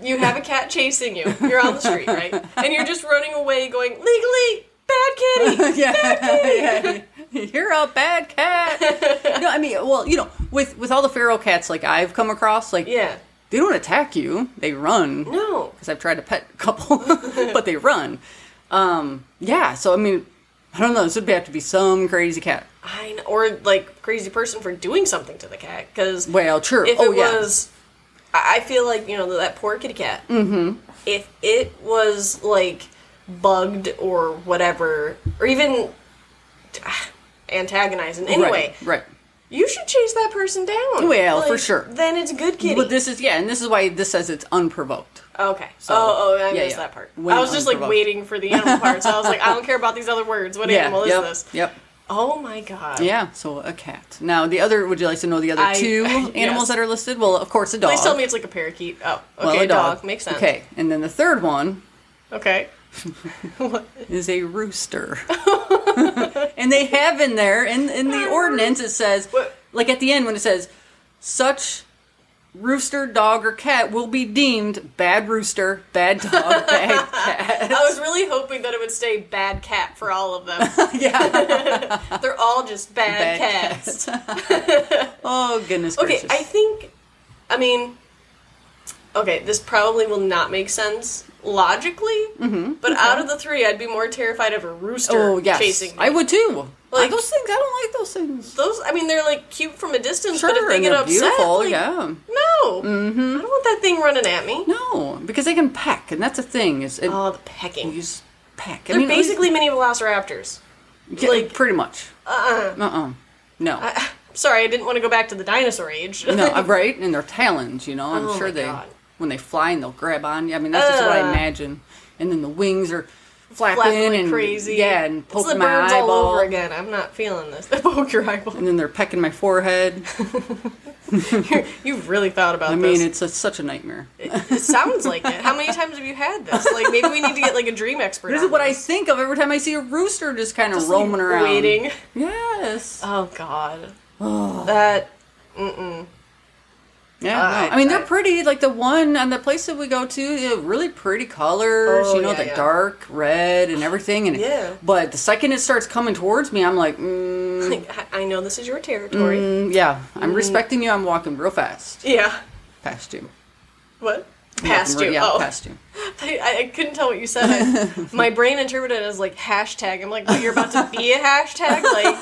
Speaker 2: you have a cat chasing you. You're on the street, right? And you're just running away going, legally, bad kitty.
Speaker 1: yeah, yeah. You're a bad cat. no, I mean, well, you know, with with all the feral cats like I've come across, like
Speaker 2: Yeah.
Speaker 1: they don't attack you; they run.
Speaker 2: No.
Speaker 1: because I've tried to pet a couple, but they run. Um, yeah, so I mean, I don't know. This would have to be some crazy cat.
Speaker 2: I know. Or like crazy person for doing something to the cat. Because
Speaker 1: Well, true.
Speaker 2: if
Speaker 1: oh
Speaker 2: it
Speaker 1: yeah,
Speaker 2: was, I I feel like you know that poor kitty cat. Mm-hmm. If it was like bugged or whatever, or even ah, antagonized in any way,
Speaker 1: right, right.
Speaker 2: you should chase that person down.
Speaker 1: Well, for sure.
Speaker 2: Then it's good kitty.
Speaker 1: But this is yeah, and this is why this says it's unprovoked.
Speaker 2: okay. oh, oh, I
Speaker 1: yeah,
Speaker 2: missed
Speaker 1: yeah.
Speaker 2: that part.
Speaker 1: When
Speaker 2: I was just like
Speaker 1: unprovoked.
Speaker 2: waiting for the animal part, so I was like, I don't care about these other words. What
Speaker 1: yeah,
Speaker 2: animal is
Speaker 1: yep,
Speaker 2: this?
Speaker 1: Yep.
Speaker 2: Oh my god.
Speaker 1: Yeah, so a cat. Now the other. Would you like to know the other
Speaker 2: I-
Speaker 1: two
Speaker 2: yes.
Speaker 1: animals that are listed? Well, of course, a dog.
Speaker 2: Please tell me it's like a parakeet. Oh, okay,
Speaker 1: well, a
Speaker 2: dog. makes sense.
Speaker 1: Okay, and then the third one
Speaker 2: Okay. What?
Speaker 1: is a rooster. and they have in there, in, in the ordinance, it says,
Speaker 2: What?
Speaker 1: like at the end when it says, such rooster, dog, or cat will be deemed bad rooster, bad dog, bad cat.
Speaker 2: I was really hoping that it would say bad cat for all of them.
Speaker 1: yeah.
Speaker 2: They're all just bad,
Speaker 1: Bad
Speaker 2: cats.
Speaker 1: Oh, goodness
Speaker 2: Okay,
Speaker 1: gracious.
Speaker 2: I think, I mean, okay, this probably will not make sense logically, but out of the three, I'd be more terrified of a rooster
Speaker 1: Mm-hmm. oh, yes.
Speaker 2: chasing me.
Speaker 1: I would too.
Speaker 2: Like-
Speaker 1: Like, those things, I don't like those things.
Speaker 2: Those, I mean, they're like cute from a distance,
Speaker 1: Sure,
Speaker 2: but if they
Speaker 1: and
Speaker 2: get
Speaker 1: they're
Speaker 2: upset,
Speaker 1: beautiful,
Speaker 2: like,
Speaker 1: yeah.
Speaker 2: no, mm-hmm. I don't want that thing running at me.
Speaker 1: No, because they can peck, and that's a thing. Is it,
Speaker 2: Oh, the pecking.
Speaker 1: you just peck.
Speaker 2: they're basically mini velociraptors.
Speaker 1: like
Speaker 2: like- uh-uh.
Speaker 1: pretty much. Uh uh No.
Speaker 2: Sorry, I didn't want to go back to the dinosaur age.
Speaker 1: no, uh, right? And their talons, you know. I'm
Speaker 2: Oh
Speaker 1: sure
Speaker 2: my
Speaker 1: they,
Speaker 2: God.
Speaker 1: when they fly and they'll grab on. you. I mean, that's just what I
Speaker 2: Ugh.
Speaker 1: imagine. And then the wings are flapping,
Speaker 2: flapping like
Speaker 1: and
Speaker 2: crazy.
Speaker 1: Yeah, and
Speaker 2: It's the
Speaker 1: poking my
Speaker 2: birds
Speaker 1: eyeball.
Speaker 2: all over again. I'm not feeling this. poke your eyeball.
Speaker 1: And then they're pecking my forehead.
Speaker 2: You've really thought about
Speaker 1: I
Speaker 2: this.
Speaker 1: mean, it's a, such a nightmare.
Speaker 2: it, it sounds like it. How many times have you had this? Like maybe we need to get like a dream expert.
Speaker 1: This
Speaker 2: on
Speaker 1: is what I
Speaker 2: this.
Speaker 1: think of every time I see a rooster just kind of
Speaker 2: Just, like,
Speaker 1: roaming around.
Speaker 2: waiting.
Speaker 1: Yes.
Speaker 2: Oh God, that
Speaker 1: Yeah,
Speaker 2: Uh,
Speaker 1: no.
Speaker 2: I-
Speaker 1: I, mean they're
Speaker 2: I-
Speaker 1: pretty. Like the one on the place that we go to, they have really pretty colors.
Speaker 2: Oh,
Speaker 1: you know,
Speaker 2: yeah,
Speaker 1: the
Speaker 2: yeah.
Speaker 1: dark red and everything. And
Speaker 2: Yeah.
Speaker 1: but the second it starts coming towards me, I'm like, mm,
Speaker 2: like I- I know this is your territory.
Speaker 1: mm, yeah, I'm respecting you. I'm walking real fast
Speaker 2: Yeah.
Speaker 1: past you.
Speaker 2: What?
Speaker 1: I'm walking
Speaker 2: Past
Speaker 1: real-
Speaker 2: you.
Speaker 1: yeah,
Speaker 2: oh,
Speaker 1: past you.
Speaker 2: I, I couldn't tell what you said. I- my brain interpreted it as like hashtag. I'm like, what, you're about to be a hashtag? Like,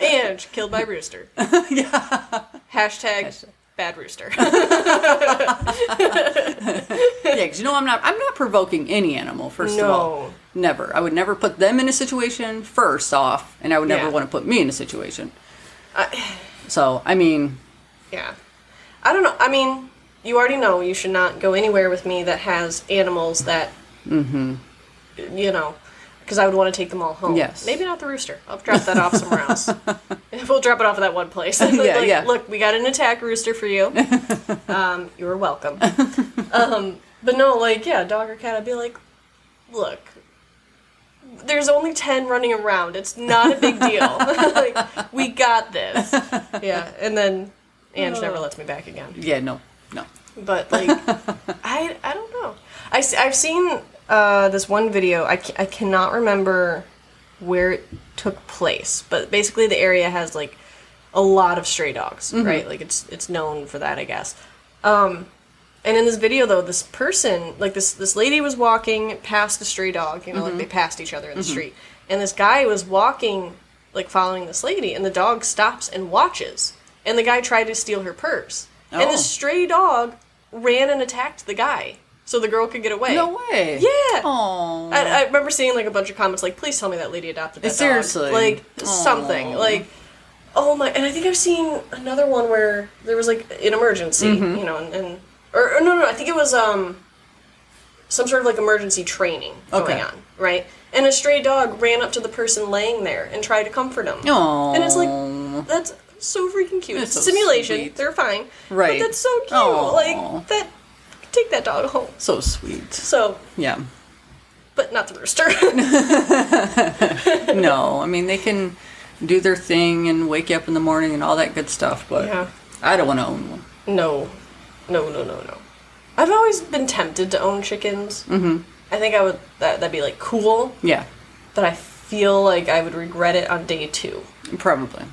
Speaker 2: Ange killed by rooster. Hashtag, bad rooster.
Speaker 1: Yeah, because you know I'm not. I'm not provoking any animal. First of all,
Speaker 2: No.
Speaker 1: never. I would never put them in a situation first off, and I would never
Speaker 2: Yeah.
Speaker 1: want to put me in a situation.
Speaker 2: I-
Speaker 1: So I mean,
Speaker 2: yeah. I don't know. I mean, you already know you should not go anywhere with me that has animals that, you know, because I would want to take them all home.
Speaker 1: Yes.
Speaker 2: Maybe not the rooster. I'll drop that off somewhere else. we'll drop it off at that one place. Like,
Speaker 1: Yeah, yeah.
Speaker 2: Look, we got an attack rooster for you. um, you're welcome. um, but no, like, yeah, dog or cat, I'd be like, look, there's only 10 running around. It's not a big deal. like, we got this. Yeah, and then Ange never lets me back again.
Speaker 1: yeah, no, no.
Speaker 2: But, like, I, I don't know. I, have seen uh, this one video. I, ca- I cannot remember where it took place, but basically the area has, like, a lot of stray dogs, right? Like, it's, it's known for that, I guess. Um, and in this video, though, this person, like this this lady, was walking past a stray dog. You know, like they passed each other in the street, and this guy was walking, like following this lady, and the dog stops and watches. And the guy tried to steal her purse, and
Speaker 1: Oh.
Speaker 2: the stray dog ran and attacked the guy, so the girl could get away.
Speaker 1: No way.
Speaker 2: Yeah.
Speaker 1: Aw.
Speaker 2: I, I remember seeing like a bunch of comments like, "Please tell me that lady adopted that dog."
Speaker 1: Seriously.
Speaker 2: like
Speaker 1: Aw.
Speaker 2: something like, oh my! And I think I've seen another one where there was like an emergency,
Speaker 1: Mm-hmm.
Speaker 2: you know, and, and or, or no, no, I think it was um some sort of like emergency training going
Speaker 1: Okay.
Speaker 2: on, right? and a stray dog ran up to the person laying there and tried to comfort him.
Speaker 1: Oh.
Speaker 2: And it's like that's so freaking cute.
Speaker 1: That's
Speaker 2: It's
Speaker 1: so
Speaker 2: simulation.
Speaker 1: sweet.
Speaker 2: They're fine.
Speaker 1: Right.
Speaker 2: But that's so cute.
Speaker 1: Aw.
Speaker 2: Like that take that dog home.
Speaker 1: so sweet.
Speaker 2: So
Speaker 1: Yeah.
Speaker 2: but not the rooster.
Speaker 1: No, I mean they can do their thing and wake you up in the morning and all that good stuff, but
Speaker 2: Yeah.
Speaker 1: I don't want to own one.
Speaker 2: no. No, no, no, no. I've always been tempted to own chickens. Mm-hmm. I think I would that that'd be like cool,
Speaker 1: Yeah,
Speaker 2: but I feel like I would regret it on day two.
Speaker 1: probably.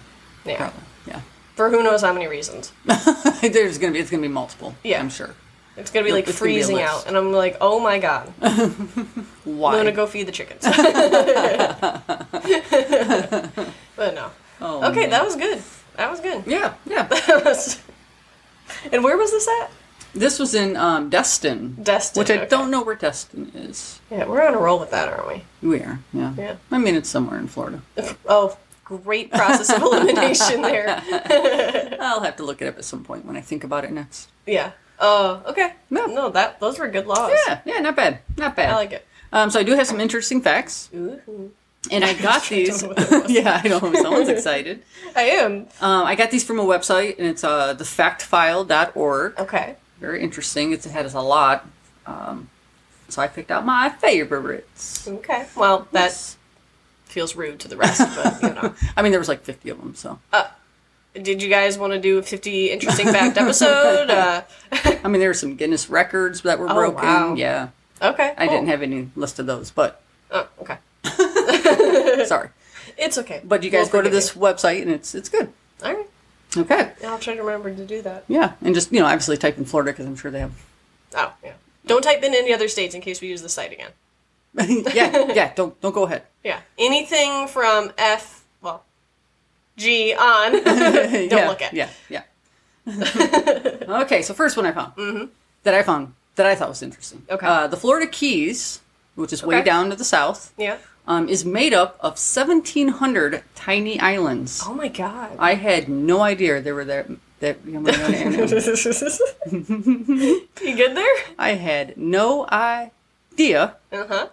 Speaker 2: Yeah.
Speaker 1: Probably. Yeah.
Speaker 2: For who knows how many reasons.
Speaker 1: There's gonna be it's gonna be multiple.
Speaker 2: Yeah.
Speaker 1: I'm sure.
Speaker 2: It's gonna be like
Speaker 1: It's gonna be a
Speaker 2: freezing
Speaker 1: list.
Speaker 2: out, and I'm like, oh my god, I'm
Speaker 1: Why?
Speaker 2: gonna go feed the chickens. but no.
Speaker 1: Oh,
Speaker 2: okay,
Speaker 1: man.
Speaker 2: that was good. That was good.
Speaker 1: Yeah, yeah.
Speaker 2: and where was this at?
Speaker 1: This was in um, Destin.
Speaker 2: Destin,
Speaker 1: Which I
Speaker 2: okay.
Speaker 1: don't know where Destin is.
Speaker 2: Yeah, we're on a roll with that, aren't we?
Speaker 1: Where? Yeah.
Speaker 2: Yeah.
Speaker 1: I mean, it's somewhere in Florida.
Speaker 2: Oh, great process of elimination there.
Speaker 1: I'll have to look it up at some point when I think about it next.
Speaker 2: Yeah. Oh, okay.
Speaker 1: No.
Speaker 2: no, that those were good laws.
Speaker 1: Yeah, yeah, not bad. Not bad.
Speaker 2: I like it.
Speaker 1: Um, so I do have some interesting facts,
Speaker 2: Ooh.
Speaker 1: and I got
Speaker 2: I don't
Speaker 1: these.
Speaker 2: know what that was.
Speaker 1: yeah, I know. Someone's excited.
Speaker 2: I am.
Speaker 1: Um, I got these from a website, and it's uh, thefactfile.org.
Speaker 2: Okay.
Speaker 1: Very interesting. It's, it has a lot. Um, so I picked out my favorites.
Speaker 2: Okay. Well, that feels rude to the rest, but you know.
Speaker 1: I mean, there was like 50 of them, so.
Speaker 2: Did you guys want to do a 50 interesting fact episode? Uh,
Speaker 1: I mean, there were some Guinness records that were
Speaker 2: Oh,
Speaker 1: broken.
Speaker 2: wow.
Speaker 1: Yeah.
Speaker 2: okay.
Speaker 1: I
Speaker 2: cool.
Speaker 1: didn't have any list of those, but
Speaker 2: Oh, okay.
Speaker 1: sorry.
Speaker 2: It's okay.
Speaker 1: But you guys
Speaker 2: We'll
Speaker 1: go to
Speaker 2: forgive
Speaker 1: this website, and it's it's good.
Speaker 2: you. All right.
Speaker 1: Okay.
Speaker 2: I'll try to remember to do that.
Speaker 1: Yeah, and just you know, obviously type in Florida because I'm sure they have.
Speaker 2: Oh, yeah. Don't type in any other states in case we use the site again.
Speaker 1: yeah, yeah. Don't don't go ahead.
Speaker 2: Yeah. Anything from F, well, G on. Don't
Speaker 1: yeah,
Speaker 2: look at.
Speaker 1: Yeah, yeah. okay, so first one I found that I found that I thought was interesting.
Speaker 2: Mm-hmm. Okay.
Speaker 1: uh, the Florida Keys, which is way
Speaker 2: Okay.
Speaker 1: down to the south,
Speaker 2: Yeah.
Speaker 1: um, is made up of 1,700 tiny islands.
Speaker 2: Oh my god.
Speaker 1: I had no idea there were that. That you know,
Speaker 2: you good there?
Speaker 1: I had no idea
Speaker 2: Uh huh.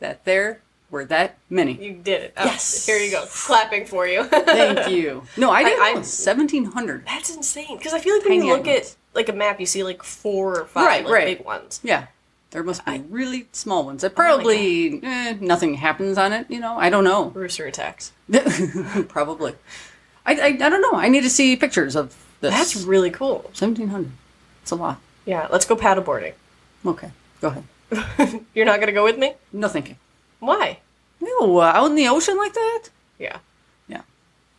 Speaker 1: that there were that many.
Speaker 2: You did it. Oh,
Speaker 1: Yes.
Speaker 2: Here you go. Clapping for you.
Speaker 1: Thank you. No, I didn't.
Speaker 2: I-
Speaker 1: know.
Speaker 2: I-
Speaker 1: 1,700.
Speaker 2: That's insane. Because I feel like when
Speaker 1: Tiny
Speaker 2: you look
Speaker 1: islands.
Speaker 2: at like a map, you see like four or five
Speaker 1: Right,
Speaker 2: like,
Speaker 1: right.
Speaker 2: big ones.
Speaker 1: Yeah. There must be really small ones that probably eh, nothing happens on it, you know? I don't know.
Speaker 2: Rooster attacks.
Speaker 1: probably. I, I, I don't know. I need to see pictures of this.
Speaker 2: That's really cool.
Speaker 1: 1700. It's a lot.
Speaker 2: Yeah. Let's go paddleboarding.
Speaker 1: Okay. Go ahead.
Speaker 2: You're not gonna go with me?
Speaker 1: No thinking.
Speaker 2: Why?
Speaker 1: No, uh, out in the ocean like that?
Speaker 2: Yeah.
Speaker 1: Yeah.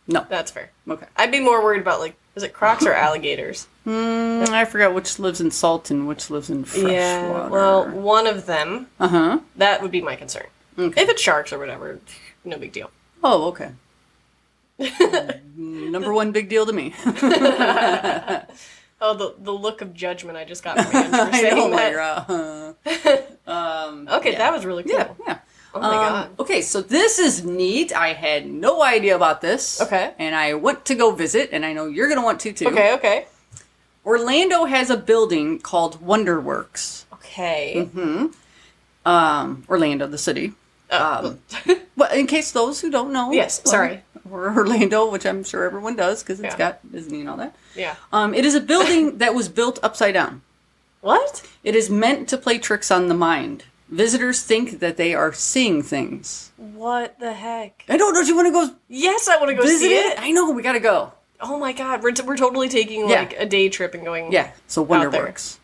Speaker 1: No.
Speaker 2: That's fair.
Speaker 1: Okay.
Speaker 2: I'd be more worried about like is it crocs or alligators?
Speaker 1: Mm, I forgot which lives in salt and which lives in fresh water.
Speaker 2: Well, one of them.
Speaker 1: uh huh.
Speaker 2: That would be my concern. If it's sharks or whatever, no big deal.
Speaker 1: Oh, okay. Number one big deal to me.
Speaker 2: Oh, the the look of judgment I just got from Ange for
Speaker 1: I know,
Speaker 2: saying that.
Speaker 1: Myra. Uh, um,
Speaker 2: Okay, that was really cool.
Speaker 1: Yeah, yeah. Um,
Speaker 2: Oh my God.
Speaker 1: Okay, so this is neat. I had no idea about this.
Speaker 2: Okay.
Speaker 1: And I want to go visit, and I know you're going to want to too.
Speaker 2: Okay, okay,
Speaker 1: Orlando has a building called Wonderworks.
Speaker 2: okay.
Speaker 1: Mm-hmm. Um, Orlando, the city. Um,
Speaker 2: Oh,
Speaker 1: Well, in case those who don't know. um,
Speaker 2: Yes, sorry.
Speaker 1: Or Orlando, which I'm sure everyone does because it's
Speaker 2: Yeah.
Speaker 1: got Disney and all that.
Speaker 2: yeah.
Speaker 1: Um, it is a building that was built upside down.
Speaker 2: What?
Speaker 1: It is meant to play tricks on the mind. Visitors think that they are seeing things.
Speaker 2: What the heck?
Speaker 1: I don't know. Do you want to go
Speaker 2: Yes, I want to go
Speaker 1: visit
Speaker 2: see
Speaker 1: it?
Speaker 2: it.
Speaker 1: I know. We got to go.
Speaker 2: Oh my god, we're, t- we're totally taking
Speaker 1: Yeah.
Speaker 2: like a day trip and going.
Speaker 1: Yeah. So
Speaker 2: Out there.
Speaker 1: Wonderworks.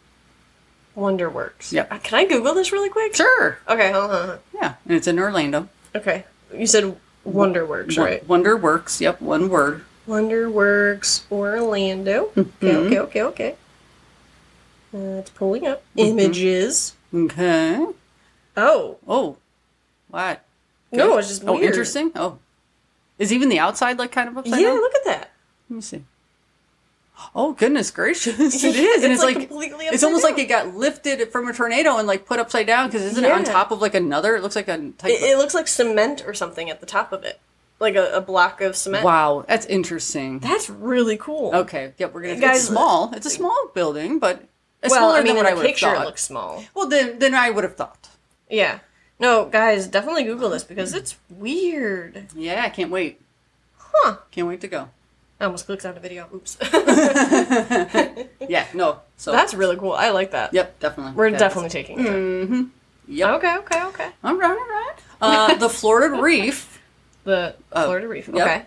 Speaker 2: Wonderworks.
Speaker 1: Yep.
Speaker 2: Uh, Can I Google this really quick?
Speaker 1: Sure.
Speaker 2: Okay. Hold on. hold on.
Speaker 1: Yeah. And it's in Orlando.
Speaker 2: Okay. You said Wonderworks,
Speaker 1: Won-
Speaker 2: right?
Speaker 1: Wonderworks. Yep. One word.
Speaker 2: Wonderworks Orlando. Okay,
Speaker 1: Mm-hmm.
Speaker 2: okay, okay, okay. Uh, it's pulling up
Speaker 1: Mm-hmm.
Speaker 2: images.
Speaker 1: Okay.
Speaker 2: Oh
Speaker 1: Oh. What?
Speaker 2: no, it's just
Speaker 1: Oh,
Speaker 2: weird.
Speaker 1: interesting. Oh. Is even the outside like kind of upside
Speaker 2: Yeah,
Speaker 1: down?
Speaker 2: look at that.
Speaker 1: Let me see. Oh goodness gracious! It is, and it's,
Speaker 2: It's, like,
Speaker 1: like,
Speaker 2: completely
Speaker 1: it's
Speaker 2: upside
Speaker 1: almost like
Speaker 2: down.
Speaker 1: it got lifted from a tornado and like put upside down because isn't it on
Speaker 2: Yeah.
Speaker 1: top of like another? It looks like a type.
Speaker 2: It, it looks like cement or something at the top of it, like a, a block of
Speaker 1: of...
Speaker 2: cement.
Speaker 1: Wow, that's interesting.
Speaker 2: that's really cool.
Speaker 1: Okay, yep, we're gonna.
Speaker 2: Guys-
Speaker 1: it's small. It's a small building, but it's
Speaker 2: Well,
Speaker 1: smaller
Speaker 2: I mean,
Speaker 1: than
Speaker 2: in
Speaker 1: what I
Speaker 2: the
Speaker 1: would have
Speaker 2: picture
Speaker 1: thought.
Speaker 2: it looks small.
Speaker 1: Well, then, then I would have thought.
Speaker 2: Yeah. No, guys, definitely Google this because it's weird.
Speaker 1: Yeah, I can't wait.
Speaker 2: Huh.
Speaker 1: Can't wait to go.
Speaker 2: I almost clicked on a video. Oops.
Speaker 1: Yeah, no. So
Speaker 2: That's really cool. I like that.
Speaker 1: yep, definitely.
Speaker 2: We're
Speaker 1: That's-
Speaker 2: definitely taking it.
Speaker 1: Mhm. Yep.
Speaker 2: Okay, okay, okay.
Speaker 1: All right, all right. Uh, the Florida Reef
Speaker 2: The
Speaker 1: Oh,
Speaker 2: Florida Reef.
Speaker 1: yep.
Speaker 2: Okay.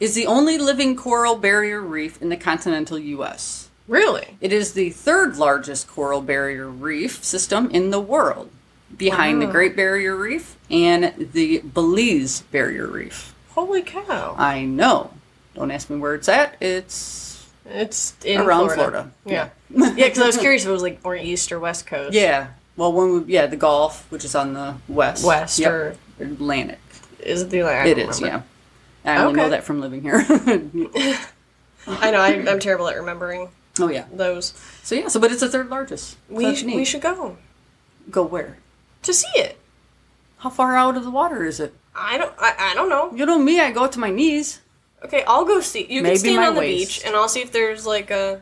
Speaker 1: is the only living coral barrier reef in the continental U.S.
Speaker 2: Really?
Speaker 1: It is the third largest coral barrier reef system in the world, behind the
Speaker 2: Wow.
Speaker 1: Great Barrier Reef and the Belize Barrier Reef.
Speaker 2: Holy cow.
Speaker 1: I know. Don't ask me where it's at. It's
Speaker 2: It's in
Speaker 1: Around Florida.
Speaker 2: Yeah. Yeah, because I was curious if it was like more east or west coast.
Speaker 1: yeah. Well, one would yeah the Gulf, which is on the west
Speaker 2: West
Speaker 1: Yep.
Speaker 2: or
Speaker 1: Atlantic.
Speaker 2: is it the Atlantic?
Speaker 1: It
Speaker 2: I don't
Speaker 1: is
Speaker 2: remember.
Speaker 1: yeah. I only know
Speaker 2: Okay.
Speaker 1: that from living here.
Speaker 2: I know. I, I'm terrible at remembering
Speaker 1: oh yeah.
Speaker 2: those.
Speaker 1: So yeah. So but it's the third largest. So
Speaker 2: We
Speaker 1: that's
Speaker 2: sh-
Speaker 1: neat.
Speaker 2: we should go
Speaker 1: go where?
Speaker 2: to see it.
Speaker 1: How far out of the water is it?
Speaker 2: I don't. I, I don't know.
Speaker 1: You know me. I go up to my knees.
Speaker 2: Okay, I'll go see. You
Speaker 1: Maybe
Speaker 2: can stand
Speaker 1: my
Speaker 2: on the
Speaker 1: waist.
Speaker 2: beach, and I'll see if there's like a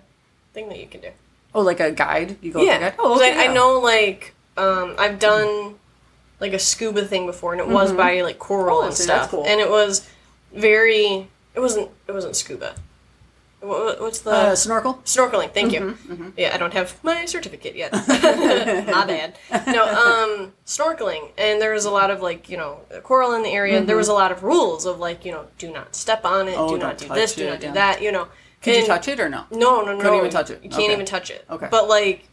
Speaker 2: thing that you can do.
Speaker 1: Oh, like a guide? You go
Speaker 2: yeah.
Speaker 1: Like a guide? Oh, okay,
Speaker 2: 'Cause I,
Speaker 1: yeah.
Speaker 2: I know. Like, um, I've done like a scuba thing before, and it was by like coral
Speaker 1: Oh,
Speaker 2: and
Speaker 1: see, that's
Speaker 2: stuff,
Speaker 1: cool.
Speaker 2: and it was very. It wasn't. It wasn't scuba. What, what's the
Speaker 1: Uh, snorkel?
Speaker 2: snorkeling? Thank
Speaker 1: Mm-hmm,
Speaker 2: you. Yeah, I don't have my certificate yet. My bad. No, um, snorkeling, and there was a lot of like you know coral in the area. There was a lot of rules of like you know do not step on it,
Speaker 1: Mm-hmm. Oh,
Speaker 2: do
Speaker 1: don't
Speaker 2: not do
Speaker 1: touch
Speaker 2: this, do
Speaker 1: it,
Speaker 2: not do
Speaker 1: yeah.
Speaker 2: that. You know,
Speaker 1: Could you
Speaker 2: And-
Speaker 1: touch it or no?
Speaker 2: no, no, no.
Speaker 1: Couldn't even touch it.
Speaker 2: You can't
Speaker 1: Okay.
Speaker 2: even touch it.
Speaker 1: Okay.
Speaker 2: But like,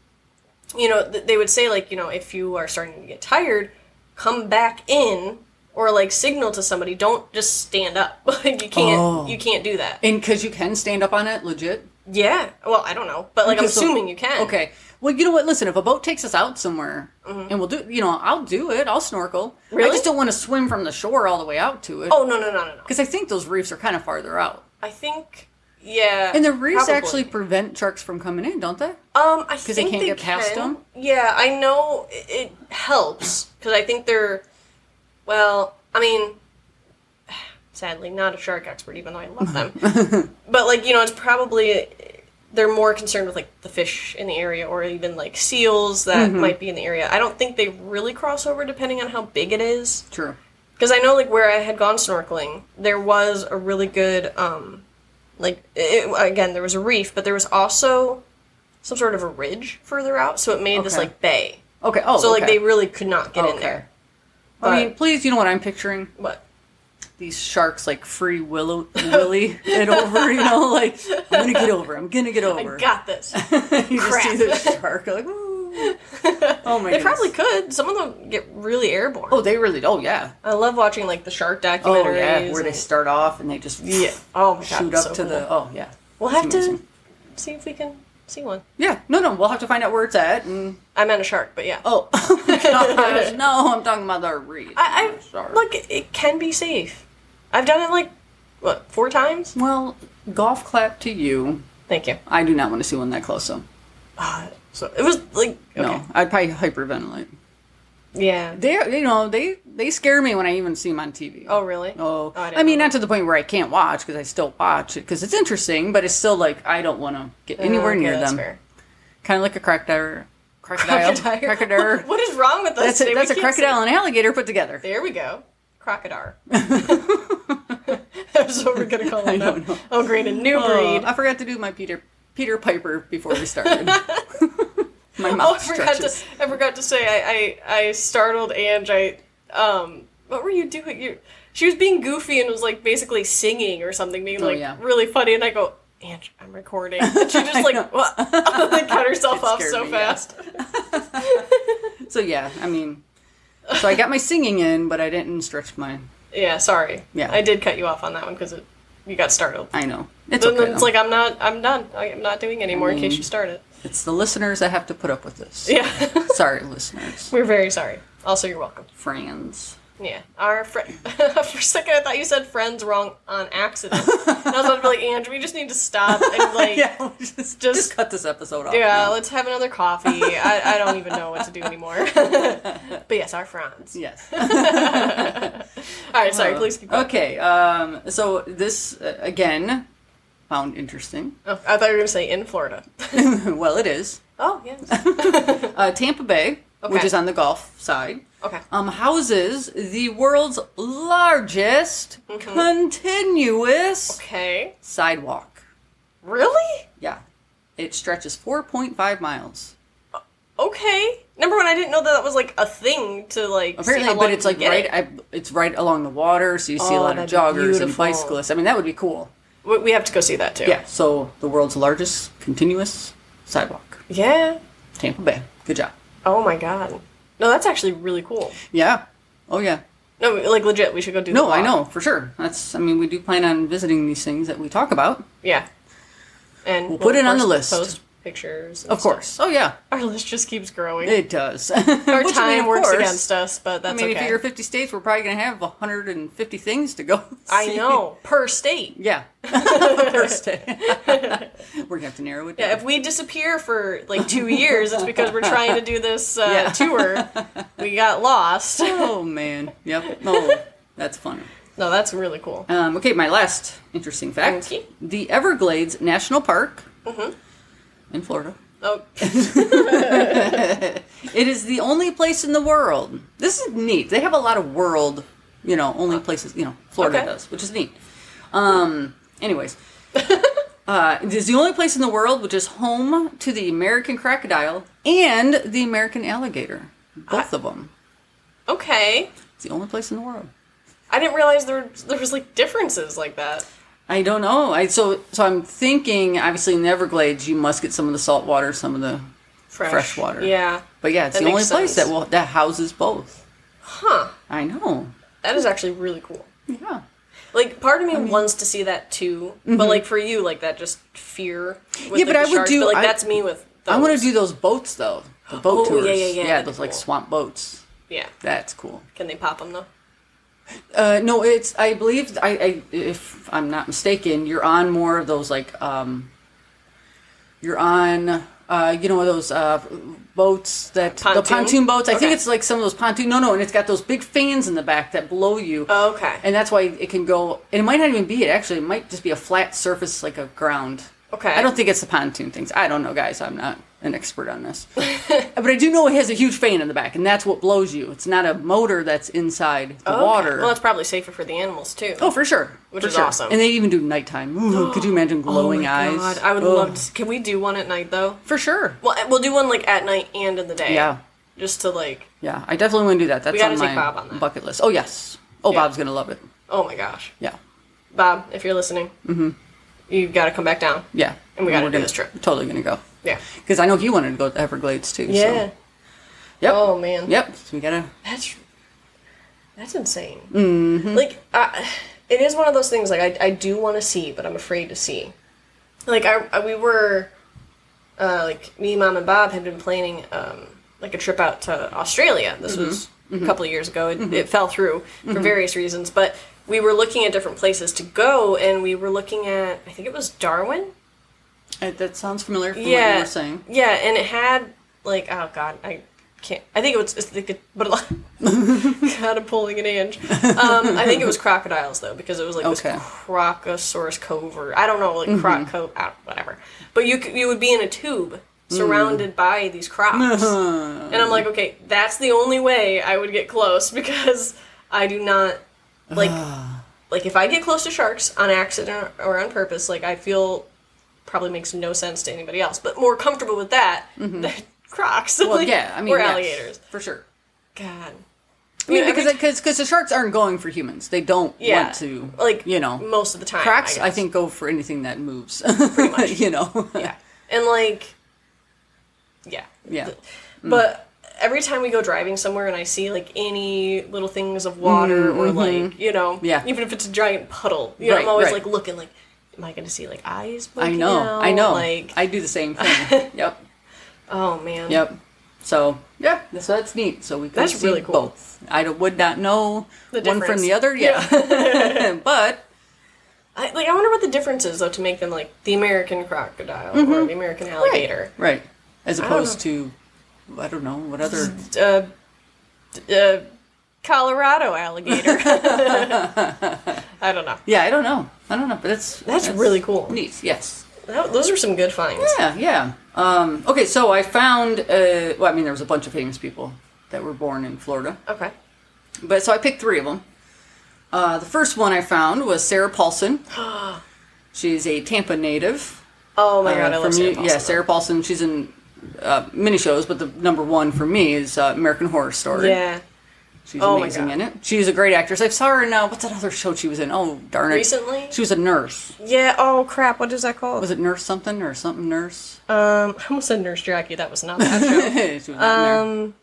Speaker 2: you know, th- they would say like, you know, if you are starting to get tired, come back in or like signal to somebody. Don't just stand up. like you can't.
Speaker 1: Oh.
Speaker 2: You can't do that.
Speaker 1: And because you can stand up on it, legit?
Speaker 2: yeah. Well, I don't know, but like I'm
Speaker 1: Because the-
Speaker 2: assuming you can.
Speaker 1: Okay. Well, you know what? Listen, if a boat takes us out somewhere and we'll do, you know, I'll do it. I'll snorkel. I
Speaker 2: Mm-hmm. Really?
Speaker 1: just don't want to swim from the shore all the way out to it.
Speaker 2: Oh no no no no no.
Speaker 1: Because I think those reefs are kind of farther out.
Speaker 2: I think. Yeah.
Speaker 1: And the reefs
Speaker 2: probably.
Speaker 1: actually prevent sharks from coming in, don't they?
Speaker 2: Um, I think
Speaker 1: they can't get past
Speaker 2: can.
Speaker 1: them?
Speaker 2: Yeah, I know it, it helps because I think they're. Well, I mean, sadly, not a shark expert, even though I love them. but like you know, it's probably they're more concerned with like the fish in the area, or even like seals that
Speaker 1: Mm-hmm.
Speaker 2: might be in the area. I don't think they really cross over, depending on how big it is.
Speaker 1: True.
Speaker 2: Because I know, like, where I had gone snorkeling, there was a really good, um, like, it, again, there was a reef, but there was also some sort of a ridge further out, so it made this,
Speaker 1: Okay.
Speaker 2: like, bay.
Speaker 1: Okay. Oh,
Speaker 2: So, like,
Speaker 1: okay.
Speaker 2: they really could not get in
Speaker 1: Okay.
Speaker 2: there.
Speaker 1: I mean,
Speaker 2: but-
Speaker 1: please, you know what I'm picturing?
Speaker 2: But,
Speaker 1: these sharks like free willow willy it over, you know, like I'm gonna get over, I'm gonna get over.
Speaker 2: I got this.
Speaker 1: you just see the
Speaker 2: crap.
Speaker 1: shark like "Ooh." Oh my
Speaker 2: they probably
Speaker 1: goodness.
Speaker 2: could. Some of them get really airborne.
Speaker 1: Oh they really oh yeah.
Speaker 2: I love watching, like, the shark documentaries.
Speaker 1: Oh yeah, where they
Speaker 2: and-
Speaker 1: start off and they just
Speaker 2: Yeah. Oh, my God.
Speaker 1: shoot
Speaker 2: it's
Speaker 1: up
Speaker 2: so
Speaker 1: to the
Speaker 2: cool.
Speaker 1: oh yeah.
Speaker 2: We'll
Speaker 1: It's
Speaker 2: have to
Speaker 1: amazing.
Speaker 2: see if we can see one.
Speaker 1: Yeah, no no, we'll have to find out where it's at and
Speaker 2: I meant a shark, but yeah.
Speaker 1: oh gosh, no, I'm talking about the reef.
Speaker 2: I,
Speaker 1: not a
Speaker 2: I
Speaker 1: shark.
Speaker 2: look. It can be safe. I've done it like what four times.
Speaker 1: Well, golf clap to you.
Speaker 2: Thank you.
Speaker 1: I do not want to see one that close though.
Speaker 2: Uh, so it was like okay.
Speaker 1: No. I'd probably hyperventilate.
Speaker 2: Yeah.
Speaker 1: They, you know, they they scare me when I even see them on TV.
Speaker 2: Oh really?
Speaker 1: Oh,
Speaker 2: I
Speaker 1: I,
Speaker 2: didn't
Speaker 1: mean,
Speaker 2: know
Speaker 1: not to the point where I can't watch because I still watch it because it's interesting, but it's still like I don't want to get anywhere
Speaker 2: Okay,
Speaker 1: near
Speaker 2: that's
Speaker 1: them.
Speaker 2: fair.
Speaker 1: Kind of like a crocodile, crocodile,
Speaker 2: Crocodile.
Speaker 1: crocodile.
Speaker 2: what is wrong with us?
Speaker 1: that's
Speaker 2: today?
Speaker 1: a, that's
Speaker 2: We
Speaker 1: a
Speaker 2: can't say-
Speaker 1: crocodile and alligator put together.
Speaker 2: There we go. Crocodile. that's what we're gonna call
Speaker 1: I
Speaker 2: it. now.
Speaker 1: don't know.
Speaker 2: Oh, great, a new
Speaker 1: Oh,
Speaker 2: breed.
Speaker 1: I forgot to do my Peter Peter Piper before we started. my
Speaker 2: Oh, I
Speaker 1: mouth
Speaker 2: forgot to.
Speaker 1: stretches.
Speaker 2: I forgot to say. I I, I startled Ange. I um. What were you doing? You. She was being goofy and was like basically singing or something, being
Speaker 1: Oh,
Speaker 2: like
Speaker 1: yeah.
Speaker 2: really funny. And I go, Ange, I'm recording. And she just like, what? like cut herself
Speaker 1: It
Speaker 2: off
Speaker 1: scared
Speaker 2: so
Speaker 1: me, yeah.
Speaker 2: fast.
Speaker 1: So yeah, I mean, so I got my singing in, but I didn't stretch my.
Speaker 2: Yeah, sorry.
Speaker 1: Yeah.
Speaker 2: I did cut you off on that one because you got startled.
Speaker 1: I know it's
Speaker 2: Then
Speaker 1: okay.
Speaker 2: it's
Speaker 1: though.
Speaker 2: like I'm not. I'm done. I, I'm not doing anymore in case you started.
Speaker 1: it's the listeners that have to put up with this.
Speaker 2: Yeah,
Speaker 1: Sorry, listeners,
Speaker 2: we're very sorry. Also, you're welcome.
Speaker 1: friends.
Speaker 2: Yeah, our friend. For a second, I thought you said friends wrong on accident. and I was about to be like, Andrew, we just need to stop and like, yeah,
Speaker 1: yeah, just, just
Speaker 2: just-
Speaker 1: cut this episode off. now.
Speaker 2: let's have another coffee. I, I don't even know what to do anymore. but yes, our friends.
Speaker 1: Yes.
Speaker 2: All right,
Speaker 1: Uh-huh.
Speaker 2: sorry. Please keep going.
Speaker 1: okay. Um, so this uh, again found interesting.
Speaker 2: Oh, I thought you were gonna say in Florida.
Speaker 1: well, it is
Speaker 2: oh yes.
Speaker 1: uh, Tampa Bay,
Speaker 2: Okay.
Speaker 1: which is on the Gulf side.
Speaker 2: Okay.
Speaker 1: um, houses the world's largest
Speaker 2: Mm-hmm.
Speaker 1: continuous
Speaker 2: Okay.
Speaker 1: sidewalk.
Speaker 2: Really?
Speaker 1: Yeah. It stretches 4.5 miles.
Speaker 2: Okay. Number one, I didn't know that that was like a thing to like. see
Speaker 1: Apparently,
Speaker 2: how long
Speaker 1: but it's
Speaker 2: you
Speaker 1: like
Speaker 2: get
Speaker 1: right.
Speaker 2: it.
Speaker 1: I, it's right along the water, so you see a
Speaker 2: Oh,
Speaker 1: lot of
Speaker 2: that'd be
Speaker 1: joggers and
Speaker 2: beautiful.
Speaker 1: bicyclists. I mean, that would be cool.
Speaker 2: We- We have to go see that too.
Speaker 1: Yeah. So the world's largest continuous sidewalk,
Speaker 2: Yeah.
Speaker 1: Tampa Bay. Good job.
Speaker 2: Oh my god. No, that's actually really cool.
Speaker 1: Yeah. Oh yeah.
Speaker 2: No, like legit, we should go do. the
Speaker 1: No, I
Speaker 2: walk.
Speaker 1: know for sure. That's. I mean, we do plan on visiting these things that we talk about.
Speaker 2: Yeah. And
Speaker 1: We'll put
Speaker 2: of
Speaker 1: it on the list.
Speaker 2: course Post pictures. and
Speaker 1: Of
Speaker 2: stuff.
Speaker 1: course. Oh yeah.
Speaker 2: Our list just keeps growing.
Speaker 1: It does. Our
Speaker 2: Our time works against us, but
Speaker 1: I
Speaker 2: that's
Speaker 1: mean, if
Speaker 2: okay.
Speaker 1: you're 50 states, we're probably gonna have 150 things to go.
Speaker 2: I
Speaker 1: see.
Speaker 2: know per state.
Speaker 1: Yeah. First day. we're gonna have to narrow it down.
Speaker 2: Yeah, if we disappear for like two years, it's because we're trying to do this uh,
Speaker 1: Yeah.
Speaker 2: tour. We got lost.
Speaker 1: oh man. Yep. No. That's funny.
Speaker 2: No, that's really cool.
Speaker 1: Um, okay, my last interesting fact:
Speaker 2: Okay.
Speaker 1: the Everglades National Park in Florida.
Speaker 2: Oh,
Speaker 1: It is the only place in the world. This is neat. They have a lot of world, you know, only places. You know, Florida
Speaker 2: Uh, Okay.
Speaker 1: does, which is neat. Um. Anyways. Uh, it is the only place in the world which is home to the American crocodile and the American alligator. Both of them.
Speaker 2: okay.
Speaker 1: It's the only place in the world.
Speaker 2: I didn't realize there were, there was like differences like that.
Speaker 1: I don't know. I so so I'm thinking obviously in the Everglades you must get some of the salt water, some of the
Speaker 2: Fresh.
Speaker 1: Fresh water.
Speaker 2: Yeah.
Speaker 1: but yeah, it's
Speaker 2: That
Speaker 1: the only
Speaker 2: makes
Speaker 1: place that
Speaker 2: sense.
Speaker 1: will that houses both.
Speaker 2: Huh.
Speaker 1: I know.
Speaker 2: That is actually really cool.
Speaker 1: Yeah.
Speaker 2: Like part of me wants to see that too, but like for you, like that just fear. With
Speaker 1: Mm-hmm. Yeah,
Speaker 2: the
Speaker 1: but I would
Speaker 2: sharks,
Speaker 1: do-
Speaker 2: But, like
Speaker 1: I-
Speaker 2: that's me with. Those.
Speaker 1: I want to do those boats though. The boat
Speaker 2: Oh,
Speaker 1: tours.
Speaker 2: yeah, yeah, yeah, that'd be
Speaker 1: those like
Speaker 2: cool.
Speaker 1: swamp boats.
Speaker 2: Yeah.
Speaker 1: That's cool.
Speaker 2: Can they pop them though?
Speaker 1: Uh, no, it's I believe I, I if I'm not mistaken, you're on more of those like um you're on uh, you know those uh, boats that
Speaker 2: Pontoon?
Speaker 1: the pontoon boats. I think
Speaker 2: Okay.
Speaker 1: it's like some of those pontoon. No, no, and it's got those big fans in the back that blow you.
Speaker 2: Oh, okay.
Speaker 1: And that's why it can go. And it might not even be it. Actually, it might just be a flat surface like a ground.
Speaker 2: Okay.
Speaker 1: I don't think it's the pontoon things. I don't know, guys. I'm not an expert on this, but I do know it has a huge fan in the back, and that's what blows you. It's not a motor that's inside the
Speaker 2: Okay.
Speaker 1: water.
Speaker 2: Well, that's probably safer for the animals too.
Speaker 1: Oh, for sure.
Speaker 2: Which
Speaker 1: For
Speaker 2: is
Speaker 1: sure.
Speaker 2: awesome. Oh
Speaker 1: And they even do nighttime. Ooh, could you imagine glowing eyes?
Speaker 2: God, I would
Speaker 1: Ugh.
Speaker 2: love. To, can we do one at night though?
Speaker 1: For sure.
Speaker 2: Well, we'll do one like at night and in the day.
Speaker 1: Yeah.
Speaker 2: Just to like,
Speaker 1: Yeah, I definitely want to do that. That's
Speaker 2: gotta
Speaker 1: on
Speaker 2: take
Speaker 1: my
Speaker 2: Bob on that.
Speaker 1: bucket list. Oh, yes. Oh,
Speaker 2: Yeah.
Speaker 1: Bob's going to love it.
Speaker 2: oh my gosh,
Speaker 1: Yeah.
Speaker 2: Bob, if you're listening,
Speaker 1: Mm-hmm.
Speaker 2: you've got to come back down.
Speaker 1: Yeah.
Speaker 2: And we gotta
Speaker 1: We're
Speaker 2: do
Speaker 1: gonna-
Speaker 2: this trip.
Speaker 1: we're Totally going to go.
Speaker 2: Yeah.
Speaker 1: Because I know he wanted to go to Everglades too.
Speaker 2: Yeah.
Speaker 1: So. Yep.
Speaker 2: Oh man.
Speaker 1: Yep. So we got to.
Speaker 2: That's that's insane. Like, uh, it is one of those things. Like, I, I do want to see, but I'm afraid to see. Like, I, I we were, uh, like me, mom, and Bob had been planning um, like a trip out to Australia. This was a couple of years ago. It, it fell through for various reasons, but we were looking at different places to go, and we were looking at I think it was Darwin.
Speaker 1: uh, That sounds familiar from what
Speaker 2: Yeah,
Speaker 1: you were saying.
Speaker 2: yeah, and it had like oh god, I can't. I think it was. I think it, but kind of pulling an Ange. Um, I think it was crocodiles though, because it was like
Speaker 1: Okay. Mm-hmm.
Speaker 2: this Crocosaurus cove or I don't know, like croc cove, I don't- whatever. But you c- you would be in a tube surrounded by these crocs, and I'm like, okay, that's the only way I would get close because I do not like
Speaker 1: Ah.
Speaker 2: like if I get close to sharks on accident or on purpose, like I feel probably makes no sense to anybody else, but more comfortable with that than crocs.
Speaker 1: Mm-hmm. Well,
Speaker 2: like,
Speaker 1: yeah. I mean,
Speaker 2: or
Speaker 1: yes,
Speaker 2: alligators.
Speaker 1: For sure.
Speaker 2: God.
Speaker 1: I mean,
Speaker 2: every
Speaker 1: because because because the sharks aren't going for humans. They don't
Speaker 2: yeah,
Speaker 1: want to.
Speaker 2: like
Speaker 1: you know,
Speaker 2: most of the time.
Speaker 1: Cracks,
Speaker 2: guess.
Speaker 1: I, think, go for anything that moves. Pretty
Speaker 2: much.
Speaker 1: you know.
Speaker 2: yeah, and like, yeah,
Speaker 1: Yeah. Mm.
Speaker 2: But every time we go driving somewhere and I see like any little things of water or like you know,
Speaker 1: Mm-hmm, Yeah.
Speaker 2: even if it's a giant puddle, you know,
Speaker 1: Right,
Speaker 2: I'm always
Speaker 1: right.
Speaker 2: like looking like, am I going to see like eyes?
Speaker 1: I
Speaker 2: blinking
Speaker 1: know.
Speaker 2: out?
Speaker 1: I know.
Speaker 2: Like,
Speaker 1: I do the same thing. yep.
Speaker 2: oh man,
Speaker 1: Yep. So yeah, so that's neat. So we could
Speaker 2: That's
Speaker 1: see
Speaker 2: really cool.
Speaker 1: both. I don't- would not know
Speaker 2: The
Speaker 1: one from
Speaker 2: difference.
Speaker 1: the other. Yeah. but
Speaker 2: I, like I wonder what the difference is though to make them like the American crocodile or the American alligator.
Speaker 1: Mm-hmm. right, as
Speaker 2: don't
Speaker 1: opposed to I don't know what other.
Speaker 2: uh, uh, Colorado alligator. I don't know.
Speaker 1: Yeah, I don't know. I don't know, but that's
Speaker 2: That's really cool.
Speaker 1: Neat. Yes.
Speaker 2: That- those are some good finds.
Speaker 1: Yeah, yeah. Um, okay, so I found. Uh, well, I mean, there was a bunch of famous people that were born in Florida.
Speaker 2: Okay.
Speaker 1: But so I picked three of them. Uh, the first one I found was Sarah Paulson. She's a Tampa native.
Speaker 2: Oh my
Speaker 1: Uh,
Speaker 2: god, I
Speaker 1: from
Speaker 2: love Sarah
Speaker 1: you-
Speaker 2: Paulson.
Speaker 1: Yeah, Sarah Paulson. She's in uh, many shows, but the number one for me is uh, American Horror Story.
Speaker 2: Yeah.
Speaker 1: She's
Speaker 2: Oh my
Speaker 1: amazing
Speaker 2: God.
Speaker 1: in it. She's a great actress. I saw her in uh, what's that other show she was in? Oh darn it!
Speaker 2: Recently?
Speaker 1: she was a nurse.
Speaker 2: Yeah. Oh crap. What is that called?
Speaker 1: Was it Nurse something or something Nurse?
Speaker 2: Um, I almost said Nurse Jackie. That was not that show.
Speaker 1: she was not in there.
Speaker 2: um,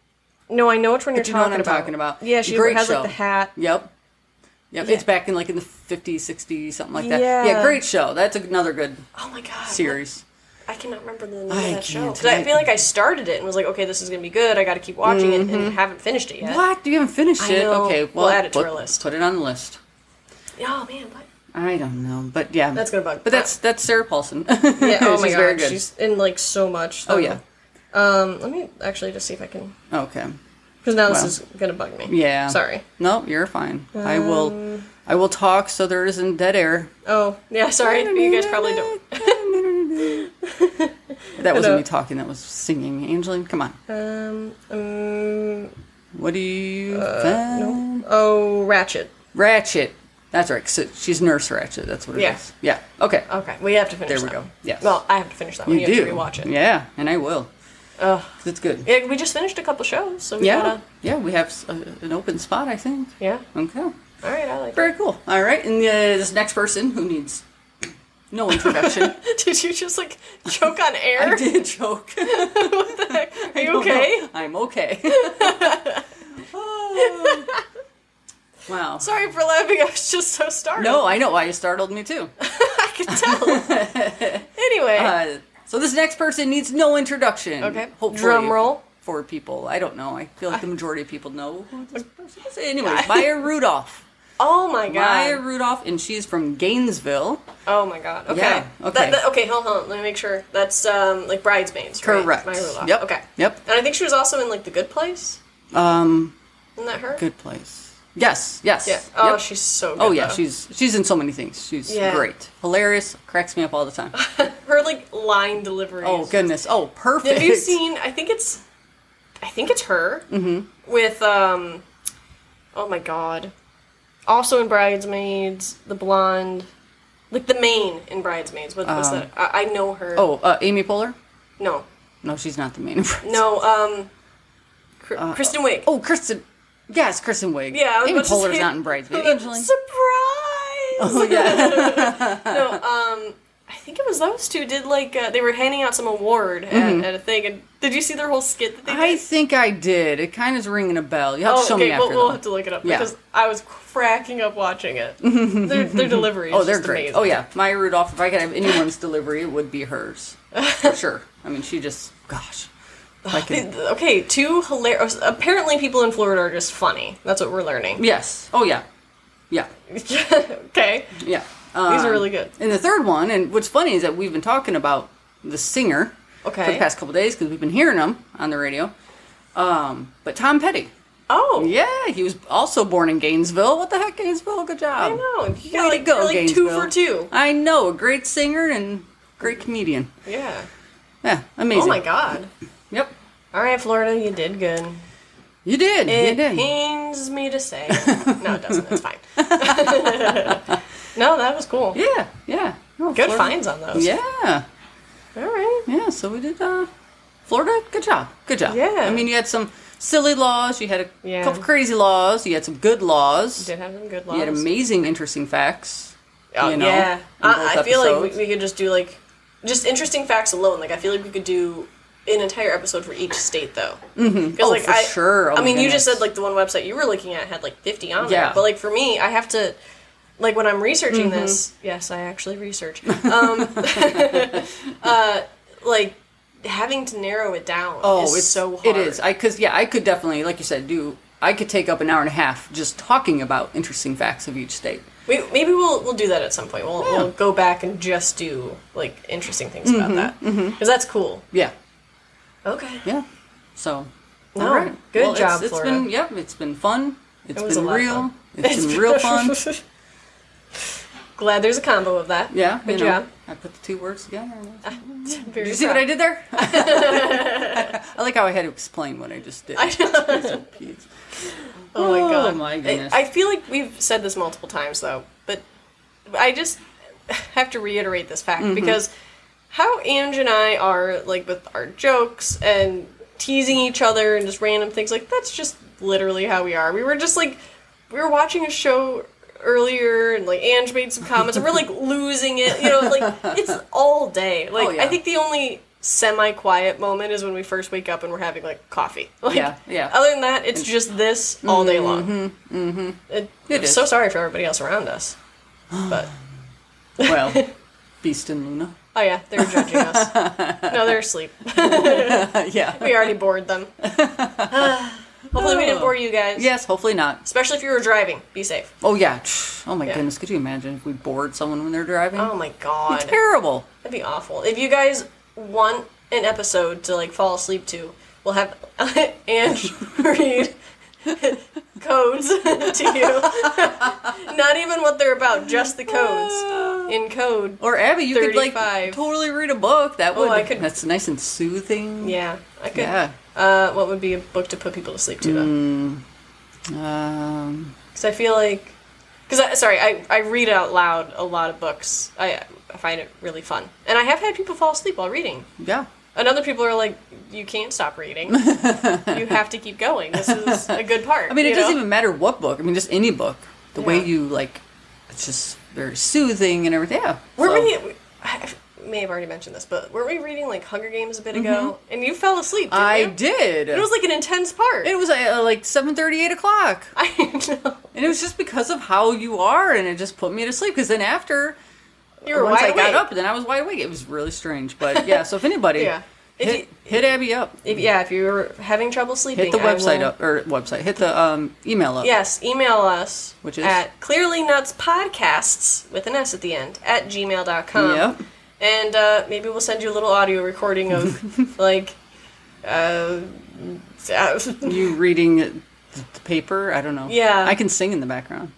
Speaker 2: no, I know which one you're
Speaker 1: you know
Speaker 2: talking
Speaker 1: what I'm
Speaker 2: about.
Speaker 1: talking about.
Speaker 2: Yeah, she
Speaker 1: Great
Speaker 2: has
Speaker 1: show.
Speaker 2: like the hat.
Speaker 1: Yep. Yep, it's back in like in the 50s, 60s, something like that.
Speaker 2: Yeah.
Speaker 1: yeah, great show. That's another good
Speaker 2: Oh my god.
Speaker 1: series.
Speaker 2: I cannot remember the name
Speaker 1: I
Speaker 2: of that show
Speaker 1: can't.
Speaker 2: because I feel like I started it and was like, okay, this is gonna be good. I got to keep watching it and haven't finished it yet.
Speaker 1: Mm-hmm. What? You haven't finished
Speaker 2: I
Speaker 1: it?
Speaker 2: know.
Speaker 1: Okay, well,
Speaker 2: We'll add it to
Speaker 1: put,
Speaker 2: our list.
Speaker 1: Put it on the list.
Speaker 2: Oh man. What?
Speaker 1: I don't know, but yeah,
Speaker 2: That's gonna bug.
Speaker 1: But that's that's Sarah Paulson.
Speaker 2: yeah. Oh my
Speaker 1: She's
Speaker 2: god.
Speaker 1: very good.
Speaker 2: She's in like so much.
Speaker 1: oh
Speaker 2: though.
Speaker 1: yeah.
Speaker 2: Um, let me actually just see if I can
Speaker 1: Okay.
Speaker 2: because now
Speaker 1: Well.
Speaker 2: this is gonna bug me.
Speaker 1: Yeah.
Speaker 2: Sorry. Um,
Speaker 1: No, you're fine. I will. I will talk so there isn't dead air.
Speaker 2: Oh yeah. Sorry. You guys probably don't.
Speaker 1: That wasn't
Speaker 2: Hello.
Speaker 1: me talking. That was singing. Angeline, come on.
Speaker 2: Um. Um.
Speaker 1: What do you think?
Speaker 2: Uh, No. Oh, Ratchet.
Speaker 1: Ratchet. That's right. 'cause it- she's Nurse Ratchet. That's what it is.
Speaker 2: Yeah.
Speaker 1: Yeah. Okay.
Speaker 2: Okay, we have to finish.
Speaker 1: There we
Speaker 2: that
Speaker 1: go.
Speaker 2: one.
Speaker 1: Yes.
Speaker 2: Well, I have to finish that one. You, have to rewatch it.
Speaker 1: Yeah, and I will.
Speaker 2: Ugh.
Speaker 1: 'Cause It's good.
Speaker 2: Yeah, we just finished a couple shows, so we
Speaker 1: yeah.
Speaker 2: gotta.
Speaker 1: Yeah. We have s- a- an open spot, I think.
Speaker 2: Yeah.
Speaker 1: Okay.
Speaker 2: All right, I like.
Speaker 1: Very cool. All right. And uh, this next person who needs no introduction.
Speaker 2: it. Did you just like choke on air?
Speaker 1: I did joke.
Speaker 2: what the heck? Are you
Speaker 1: don't know.
Speaker 2: okay?
Speaker 1: I'm okay. wow.
Speaker 2: Sorry for laughing. I was just so startled.
Speaker 1: No, I know why you startled me too.
Speaker 2: I could tell. anyway,
Speaker 1: Uh, so this next person needs no introduction.
Speaker 2: Okay. Drum roll.
Speaker 1: For people, I don't know. I feel like the majority of people know who this person is. Anyway, Maya Rudolph.
Speaker 2: oh my god.
Speaker 1: Maya Rudolph, and she's from Gainesville.
Speaker 2: Oh my god. Okay.
Speaker 1: Yeah,
Speaker 2: That-
Speaker 1: okay.
Speaker 2: that- okay. Hold on. Let me make sure. That's um like bridesmaids. right?
Speaker 1: Correct.
Speaker 2: Maya Rudolph.
Speaker 1: Yep.
Speaker 2: Okay.
Speaker 1: Yep.
Speaker 2: And I think she was also in like The Good Place.
Speaker 1: Um,
Speaker 2: Isn't that her?
Speaker 1: good place. Yes. Yes.
Speaker 2: Yeah. Oh,
Speaker 1: Yep.
Speaker 2: she's so. good,
Speaker 1: Oh yeah,
Speaker 2: though.
Speaker 1: she's she's in so many things. She's
Speaker 2: Yeah.
Speaker 1: great, hilarious, cracks me up all the time.
Speaker 2: her like line delivery.
Speaker 1: Oh
Speaker 2: is-
Speaker 1: goodness, oh perfect.
Speaker 2: Have you seen? I think it's, I think it's her
Speaker 1: Mm-hmm.
Speaker 2: with um, oh my god, also in Bridesmaids, the blonde, like the main in Bridesmaids. What was
Speaker 1: Um,
Speaker 2: that? I, I know her.
Speaker 1: Oh, uh, Amy Poehler?
Speaker 2: no,
Speaker 1: No, she's not the main. impress-
Speaker 2: no. Um, Cr- Kristen Wiig.
Speaker 1: Oh, Kristen. Yes, Kristen Wiig.
Speaker 2: yeah, I was
Speaker 1: Amy
Speaker 2: about to
Speaker 1: Poehler's
Speaker 2: say-
Speaker 1: not in Bridesmaids. Angeline.
Speaker 2: Surprise! Oh yeah. no, um. I think it was those two did like uh, they were handing out some award at, at a thing, and did you see their whole skit that they did?
Speaker 1: Mm-hmm. I think I did. It kind of is ringing a bell. You have to show me
Speaker 2: Oh, okay.
Speaker 1: after
Speaker 2: We'll, we'll
Speaker 1: though.
Speaker 2: have to look it up
Speaker 1: Yeah.
Speaker 2: because I was cracking up watching it. their, their delivery is
Speaker 1: Oh, they're
Speaker 2: just
Speaker 1: great.
Speaker 2: amazing.
Speaker 1: Oh yeah, Maya Rudolph. If I could have anyone's delivery, it would be hers for sure. I mean, she just gosh. If I
Speaker 2: Th-
Speaker 1: could,
Speaker 2: th- Okay, two hilarious. Apparently, people in Florida are just funny. That's what we're learning.
Speaker 1: yes. Oh yeah. Yeah.
Speaker 2: okay.
Speaker 1: Yeah.
Speaker 2: These
Speaker 1: Um,
Speaker 2: are really good.
Speaker 1: And the third one, and what's funny is that we've been talking about the singer for the
Speaker 2: Okay.
Speaker 1: past couple days because we've been hearing him on the radio. Um, but Tom Petty.
Speaker 2: Oh,
Speaker 1: Yeah, he was also born in Gainesville. What the heck, Gainesville? Good job.
Speaker 2: I know. You
Speaker 1: Way
Speaker 2: got
Speaker 1: to
Speaker 2: like,
Speaker 1: go,
Speaker 2: you're, like two
Speaker 1: Gainesville.
Speaker 2: for two.
Speaker 1: I know. A great singer and great comedian.
Speaker 2: Yeah.
Speaker 1: Yeah, amazing.
Speaker 2: Oh my god.
Speaker 1: Yep.
Speaker 2: All right, Florida, you did good.
Speaker 1: You did.
Speaker 2: It
Speaker 1: you did.
Speaker 2: pains me to say. No, it doesn't. It's fine. no, that was cool.
Speaker 1: Yeah, yeah. No,
Speaker 2: Good
Speaker 1: Florida-
Speaker 2: finds on those.
Speaker 1: Yeah,
Speaker 2: All right.
Speaker 1: yeah. So we did uh, Florida. Good job. Good job.
Speaker 2: Yeah.
Speaker 1: I mean, you had some silly laws. You had a
Speaker 2: Yeah.
Speaker 1: couple crazy laws. You had some good laws.
Speaker 2: Did have some good
Speaker 1: You
Speaker 2: laws.
Speaker 1: had amazing, interesting facts.
Speaker 2: Oh,
Speaker 1: you know,
Speaker 2: yeah.
Speaker 1: in
Speaker 2: I, I
Speaker 1: both
Speaker 2: feel like
Speaker 1: episodes.
Speaker 2: we, we could just do like just interesting facts alone. Like I feel like we could do an entire episode for each state though. Mm-hmm.
Speaker 1: Oh, for sure. Oh,
Speaker 2: I
Speaker 1: my
Speaker 2: mean, you just
Speaker 1: goodness.
Speaker 2: said like the one website you were looking at had like 50 on
Speaker 1: Yeah. Mm-hmm.
Speaker 2: there. But like for me, I have to like when I'm researching this, yes, I actually research. Um uh like having to narrow it down
Speaker 1: Oh,
Speaker 2: is
Speaker 1: it's
Speaker 2: so hard.
Speaker 1: It is. I cause yeah, I could definitely, like you said, do. I could take up an hour and a half just talking about interesting facts of each state.
Speaker 2: We, maybe we'll we'll do that at some point. We'll,
Speaker 1: Yeah. Mm-hmm.
Speaker 2: we'll go back and just do like interesting things about that because that's cool.
Speaker 1: Yeah,
Speaker 2: Okay.
Speaker 1: yeah. So,
Speaker 2: No,
Speaker 1: all right.
Speaker 2: good
Speaker 1: Well, it's-
Speaker 2: job,
Speaker 1: it's
Speaker 2: Florida.
Speaker 1: been yep. It's been fun. It's
Speaker 2: was a
Speaker 1: been
Speaker 2: lot of
Speaker 1: real.
Speaker 2: fun.
Speaker 1: It's been real fun.
Speaker 2: Glad there's a combo of that.
Speaker 1: Yeah,
Speaker 2: Good
Speaker 1: you know,
Speaker 2: job.
Speaker 1: I put the two words together. Did
Speaker 2: Very
Speaker 1: you see what I did there? I like how I had to explain what I just did.
Speaker 2: I know.
Speaker 1: Jeez.
Speaker 2: Oh my
Speaker 1: Oh,
Speaker 2: god.
Speaker 1: my
Speaker 2: I-
Speaker 1: goodness.
Speaker 2: I, feel like we've said this multiple times though, but I just have to reiterate this fact
Speaker 1: Mm-hmm.
Speaker 2: because how Ange and I are like with our jokes and teasing each other and just random things like that's just literally how we are. We were just like we were watching a show earlier and like Ange made some comments and we're like losing it, you know, like it's all day. Like
Speaker 1: Oh, yeah.
Speaker 2: I think the only semi quiet moment is when we first wake up and we're having like coffee. Like,
Speaker 1: Yeah, yeah.
Speaker 2: Other than that, it's just this all day long. Mm-hmm. It,
Speaker 1: It
Speaker 2: I'm
Speaker 1: is.
Speaker 2: so sorry for everybody else around us, but
Speaker 1: Well, Beast and Luna.
Speaker 2: oh yeah, they're judging us. No, they're asleep.
Speaker 1: yeah.
Speaker 2: We already bored them. Hopefully, we didn't bore you guys.
Speaker 1: Yes, hopefully not.
Speaker 2: Especially if you were driving, be safe.
Speaker 1: Oh yeah. Psh, Oh my
Speaker 2: Yeah.
Speaker 1: goodness, could you imagine if we bored someone when they're driving?
Speaker 2: Oh my god,
Speaker 1: Mm. Terrible.
Speaker 2: that'd be awful. If you guys want an episode to like fall asleep to, we'll have Ange read codes to you. Not even what they're about, just the codes in code.
Speaker 1: Or Abby, you could like
Speaker 2: 35.
Speaker 1: totally read a book. That would.
Speaker 2: Oh, I could-
Speaker 1: That's nice and soothing.
Speaker 2: Yeah, I could.
Speaker 1: Yeah. Mm.
Speaker 2: Uh, what would be a book to put people to sleep to, though?
Speaker 1: Um,
Speaker 2: Because I feel like, because I, sorry, I, I read out loud a lot of books. I, I find it really fun, and I have had people fall asleep while reading.
Speaker 1: yeah.
Speaker 2: And other people are like, you can't stop reading. you have to keep going. This is a good part.
Speaker 1: I mean, it
Speaker 2: you
Speaker 1: doesn't
Speaker 2: know?
Speaker 1: even matter what book. I mean, just any book. The way
Speaker 2: Yeah.
Speaker 1: you like, it's just very soothing and everything. Yeah.
Speaker 2: Were
Speaker 1: so-
Speaker 2: we? I may have already mentioned this, but were we reading like Hunger Games a bit ago? And you fell asleep. Didn't
Speaker 1: Mm-hmm. I
Speaker 2: you?
Speaker 1: did.
Speaker 2: It was like an intense part.
Speaker 1: It was uh, like seven thirty, eight o'clock.
Speaker 2: I know.
Speaker 1: And it was just because of how you are, and it just put me to sleep. Because then after,
Speaker 2: You were
Speaker 1: once
Speaker 2: wide
Speaker 1: I got
Speaker 2: awake.
Speaker 1: up, then I was wide awake. It was really strange, but yeah. So if anybody,
Speaker 2: Yeah. If
Speaker 1: hit,
Speaker 2: you-
Speaker 1: hit Abby up,
Speaker 2: If, yeah, if you were having trouble
Speaker 1: hit
Speaker 2: sleeping,
Speaker 1: the
Speaker 2: I
Speaker 1: website
Speaker 2: will-
Speaker 1: up or website, hit the um, email up.
Speaker 2: Yes, email us
Speaker 1: Which is?
Speaker 2: at clearlynutspodcasts with an S at the end at gmail.com.
Speaker 1: Yep.
Speaker 2: And uh, maybe we'll send you a little audio recording of like uh, uh,
Speaker 1: You reading the the paper? I don't know.
Speaker 2: Yeah.
Speaker 1: I can sing in the background.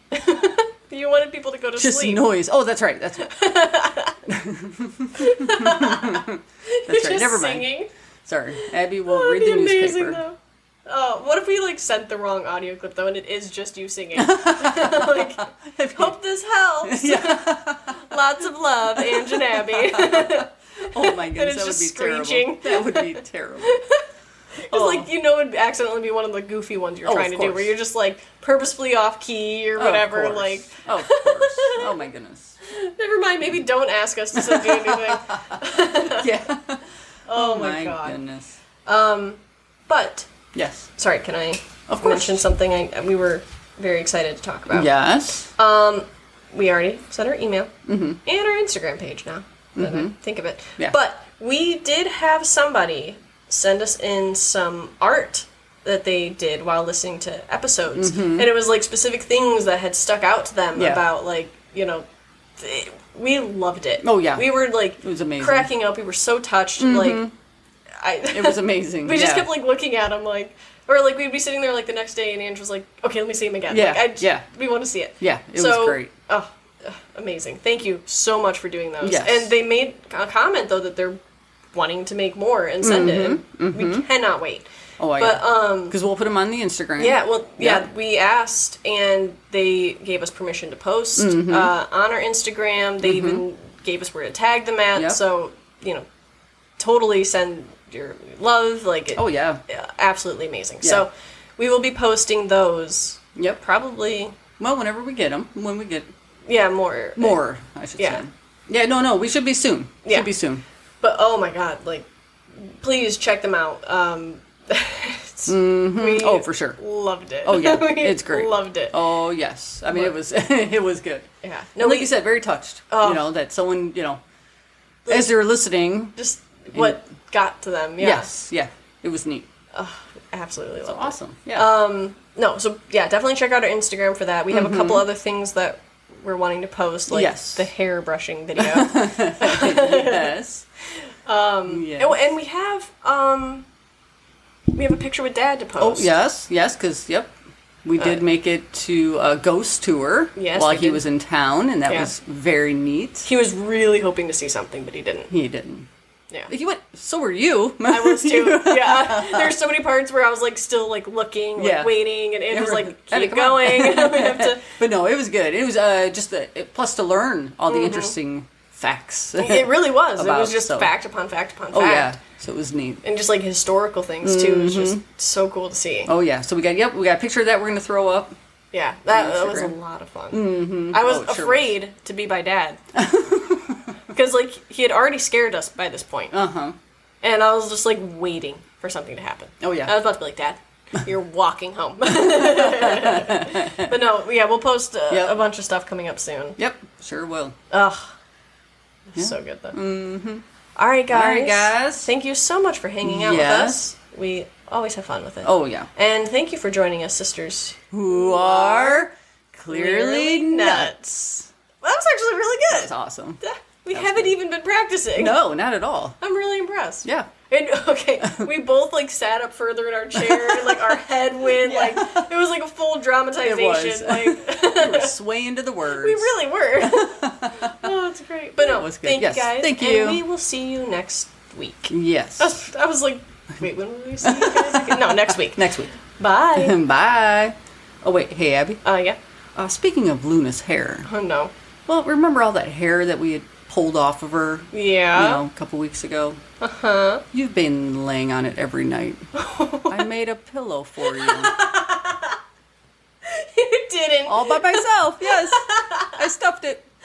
Speaker 2: you wanted people to go to
Speaker 1: Just
Speaker 2: sleep.
Speaker 1: noise. Oh, that's right. That's right. that's right.
Speaker 2: Just
Speaker 1: Never mind.
Speaker 2: singing.
Speaker 1: Sorry, Abby will
Speaker 2: That'd
Speaker 1: read
Speaker 2: be
Speaker 1: the
Speaker 2: amazing
Speaker 1: newspaper.
Speaker 2: though. Oh, what if we like sent the wrong audio clip though, and it is just you singing? like, hope this helps. Lots of love, Ange and Abby.
Speaker 1: Oh my
Speaker 2: it's
Speaker 1: goodness, that would
Speaker 2: just
Speaker 1: be
Speaker 2: screeching.
Speaker 1: terrible. That would be terrible.
Speaker 2: It's like you know it'd accidentally be one of the goofy ones you're
Speaker 1: Oh, of
Speaker 2: trying to do,
Speaker 1: course.
Speaker 2: where you're just like purposefully off key or
Speaker 1: Oh, of
Speaker 2: whatever.
Speaker 1: course.
Speaker 2: like,
Speaker 1: oh, of course. Oh my goodness.
Speaker 2: never mind. Maybe don't ask us to send you anything.
Speaker 1: Yeah.
Speaker 2: Oh,
Speaker 1: Oh
Speaker 2: my,
Speaker 1: my
Speaker 2: god.
Speaker 1: goodness.
Speaker 2: Um, but
Speaker 1: Yes.
Speaker 2: sorry, can I
Speaker 1: Of course.
Speaker 2: mention something I, we were very excited to talk about?
Speaker 1: Yes.
Speaker 2: Um, we already sent our email and our Instagram page now. now that I think of it.
Speaker 1: Mm-hmm. Yeah.
Speaker 2: But we did have somebody send us in some art that they did while listening to episodes, and it was like specific things that had stuck out to them
Speaker 1: Mm-hmm. Yeah.
Speaker 2: about like you know. Th- we loved it.
Speaker 1: Oh, yeah.
Speaker 2: we were like
Speaker 1: was amazing. Mm-hmm.
Speaker 2: cracking up. We were so touched. Like, I
Speaker 1: It was amazing.
Speaker 2: we just
Speaker 1: yeah.
Speaker 2: kept like looking at him, like, or like we'd be sitting there like the next day, and Andrew was like, "Okay, let me see him again."
Speaker 1: Yeah,
Speaker 2: like, I just,
Speaker 1: yeah.
Speaker 2: We want to see it.
Speaker 1: Yeah, it was great.
Speaker 2: Oh, ugh, amazing! Thank you so much for doing those.
Speaker 1: Yes.
Speaker 2: And they made a comment though that they're wanting to make more and send
Speaker 1: Mm-hmm,
Speaker 2: it. And We cannot wait.
Speaker 1: Oh, I
Speaker 2: but um,
Speaker 1: Because we'll put them on the Instagram.
Speaker 2: yeah, well, yeah,
Speaker 1: Yeah.
Speaker 2: we asked and they gave us permission to post
Speaker 1: Mm-hmm.
Speaker 2: uh, on our Instagram. They even gave us where to tag them at.
Speaker 1: Yep.
Speaker 2: So you know, totally send your love. Like, it,
Speaker 1: Oh yeah.
Speaker 2: yeah, absolutely amazing.
Speaker 1: Yeah.
Speaker 2: So we will be posting those
Speaker 1: Yep.
Speaker 2: probably
Speaker 1: Well, whenever we get them, when we get
Speaker 2: yeah, more.
Speaker 1: more, I should
Speaker 2: Yeah.
Speaker 1: say. Yeah. No, no, we should be soon.
Speaker 2: Yeah.
Speaker 1: Should be soon.
Speaker 2: But oh my god, like please check them out. Um it's- we
Speaker 1: Oh, for sure.
Speaker 2: Loved it.
Speaker 1: Oh yeah,
Speaker 2: We
Speaker 1: it's great.
Speaker 2: Loved it.
Speaker 1: Oh yes, I mean it
Speaker 2: What?
Speaker 1: was it was good.
Speaker 2: Yeah.
Speaker 1: No,
Speaker 2: No,
Speaker 1: like
Speaker 2: we
Speaker 1: you said, very touched.
Speaker 2: Oh.
Speaker 1: You know that someone you know, as they're listening.
Speaker 2: just what got to them. Yeah.
Speaker 1: Yes, yeah, it was neat.
Speaker 2: Absolutely loved it.
Speaker 1: Awesome. Yeah.
Speaker 2: Um, No, so yeah, definitely check out our Instagram for that. We have a couple other things that we're wanting to post, like
Speaker 1: Mm-hmm. Yes.
Speaker 2: the hair brushing video.
Speaker 1: yes. Um. Yes.
Speaker 2: and, and we have um we have a picture with dad to
Speaker 1: Oh
Speaker 2: post.
Speaker 1: yes, yes, because yep, We did make it to a ghost tour
Speaker 2: Uh, Yes,
Speaker 1: while
Speaker 2: we
Speaker 1: he
Speaker 2: did.
Speaker 1: was in town, and that
Speaker 2: Yeah.
Speaker 1: was very neat.
Speaker 2: He was really hoping to see something, but he didn't.
Speaker 1: He didn't.
Speaker 2: Yeah.
Speaker 1: He went. So were you?
Speaker 2: I was too. Yeah, there's so many parts where I was like still like looking, like
Speaker 1: Yeah.
Speaker 2: waiting, and Andrew's
Speaker 1: right.
Speaker 2: like
Speaker 1: Eddie,
Speaker 2: keep
Speaker 1: come on.
Speaker 2: going. we have to.
Speaker 1: but no, it was good. It was uh, just the, it, plus to learn all the interesting facts.
Speaker 2: Mm-hmm. It really was. it
Speaker 1: About
Speaker 2: was just
Speaker 1: so-
Speaker 2: fact upon fact upon
Speaker 1: oh yeah,
Speaker 2: fact,
Speaker 1: so it was neat.
Speaker 2: and just like historical things too. It was just so cool to see.
Speaker 1: Oh yeah, so we got yep, we got a picture of that. We're gonna throw up.
Speaker 2: Yeah, that, that was a
Speaker 1: Instagram.
Speaker 2: lot of fun. Mm-hmm. I was
Speaker 1: Oh, it sure
Speaker 2: afraid to be by dad because like he had already scared us by this point,
Speaker 1: Uh huh.
Speaker 2: and I was just like waiting for something to happen.
Speaker 1: Oh, yeah.
Speaker 2: I was about to be like, Dad, you're walking home. but no, yeah, we'll post uh,
Speaker 1: Yeah.
Speaker 2: a bunch of stuff coming up soon.
Speaker 1: Yep, sure will.
Speaker 2: Ugh, so good though. Mm-hmm. All right, guys.
Speaker 1: All right, guys.
Speaker 2: Thank you so much for hanging out
Speaker 1: Yes.
Speaker 2: with us. We always have fun with it.
Speaker 1: Oh yeah,
Speaker 2: and thank you for joining us, sisters.
Speaker 1: who are clearly nuts.
Speaker 2: That was actually really good.
Speaker 1: That's awesome.
Speaker 2: We
Speaker 1: That was
Speaker 2: haven't
Speaker 1: good.
Speaker 2: even been practicing.
Speaker 1: No, not at all.
Speaker 2: I'm really impressed.
Speaker 1: Yeah.
Speaker 2: And okay, we both like sat up further in our chair, and, like our head went like it was like a full dramatization.
Speaker 1: was.
Speaker 2: Like
Speaker 1: We were swaying to the words.
Speaker 2: we really were. oh, it's great. But no,
Speaker 1: That was good.
Speaker 2: thank
Speaker 1: Yes,
Speaker 2: you guys.
Speaker 1: thank
Speaker 2: And
Speaker 1: you. Mm.
Speaker 2: we will see you next week. I
Speaker 1: Yes.
Speaker 2: was, I was like, wait, when will we see you guys again? No, next week.
Speaker 1: Next week.
Speaker 2: Bye.
Speaker 1: Bye. Oh wait, hey Abby.
Speaker 2: Uh, yeah.
Speaker 1: Uh, speaking of Luna's hair,
Speaker 2: Oh no.
Speaker 1: well, remember all that hair that we had pulled off of her?
Speaker 2: Yeah. Uh-huh.
Speaker 1: you know, a couple weeks ago. Uh huh. You've been laying on it every night. I made a pillow for you
Speaker 2: you didn't.
Speaker 1: all by myself. Yes, I stuffed it.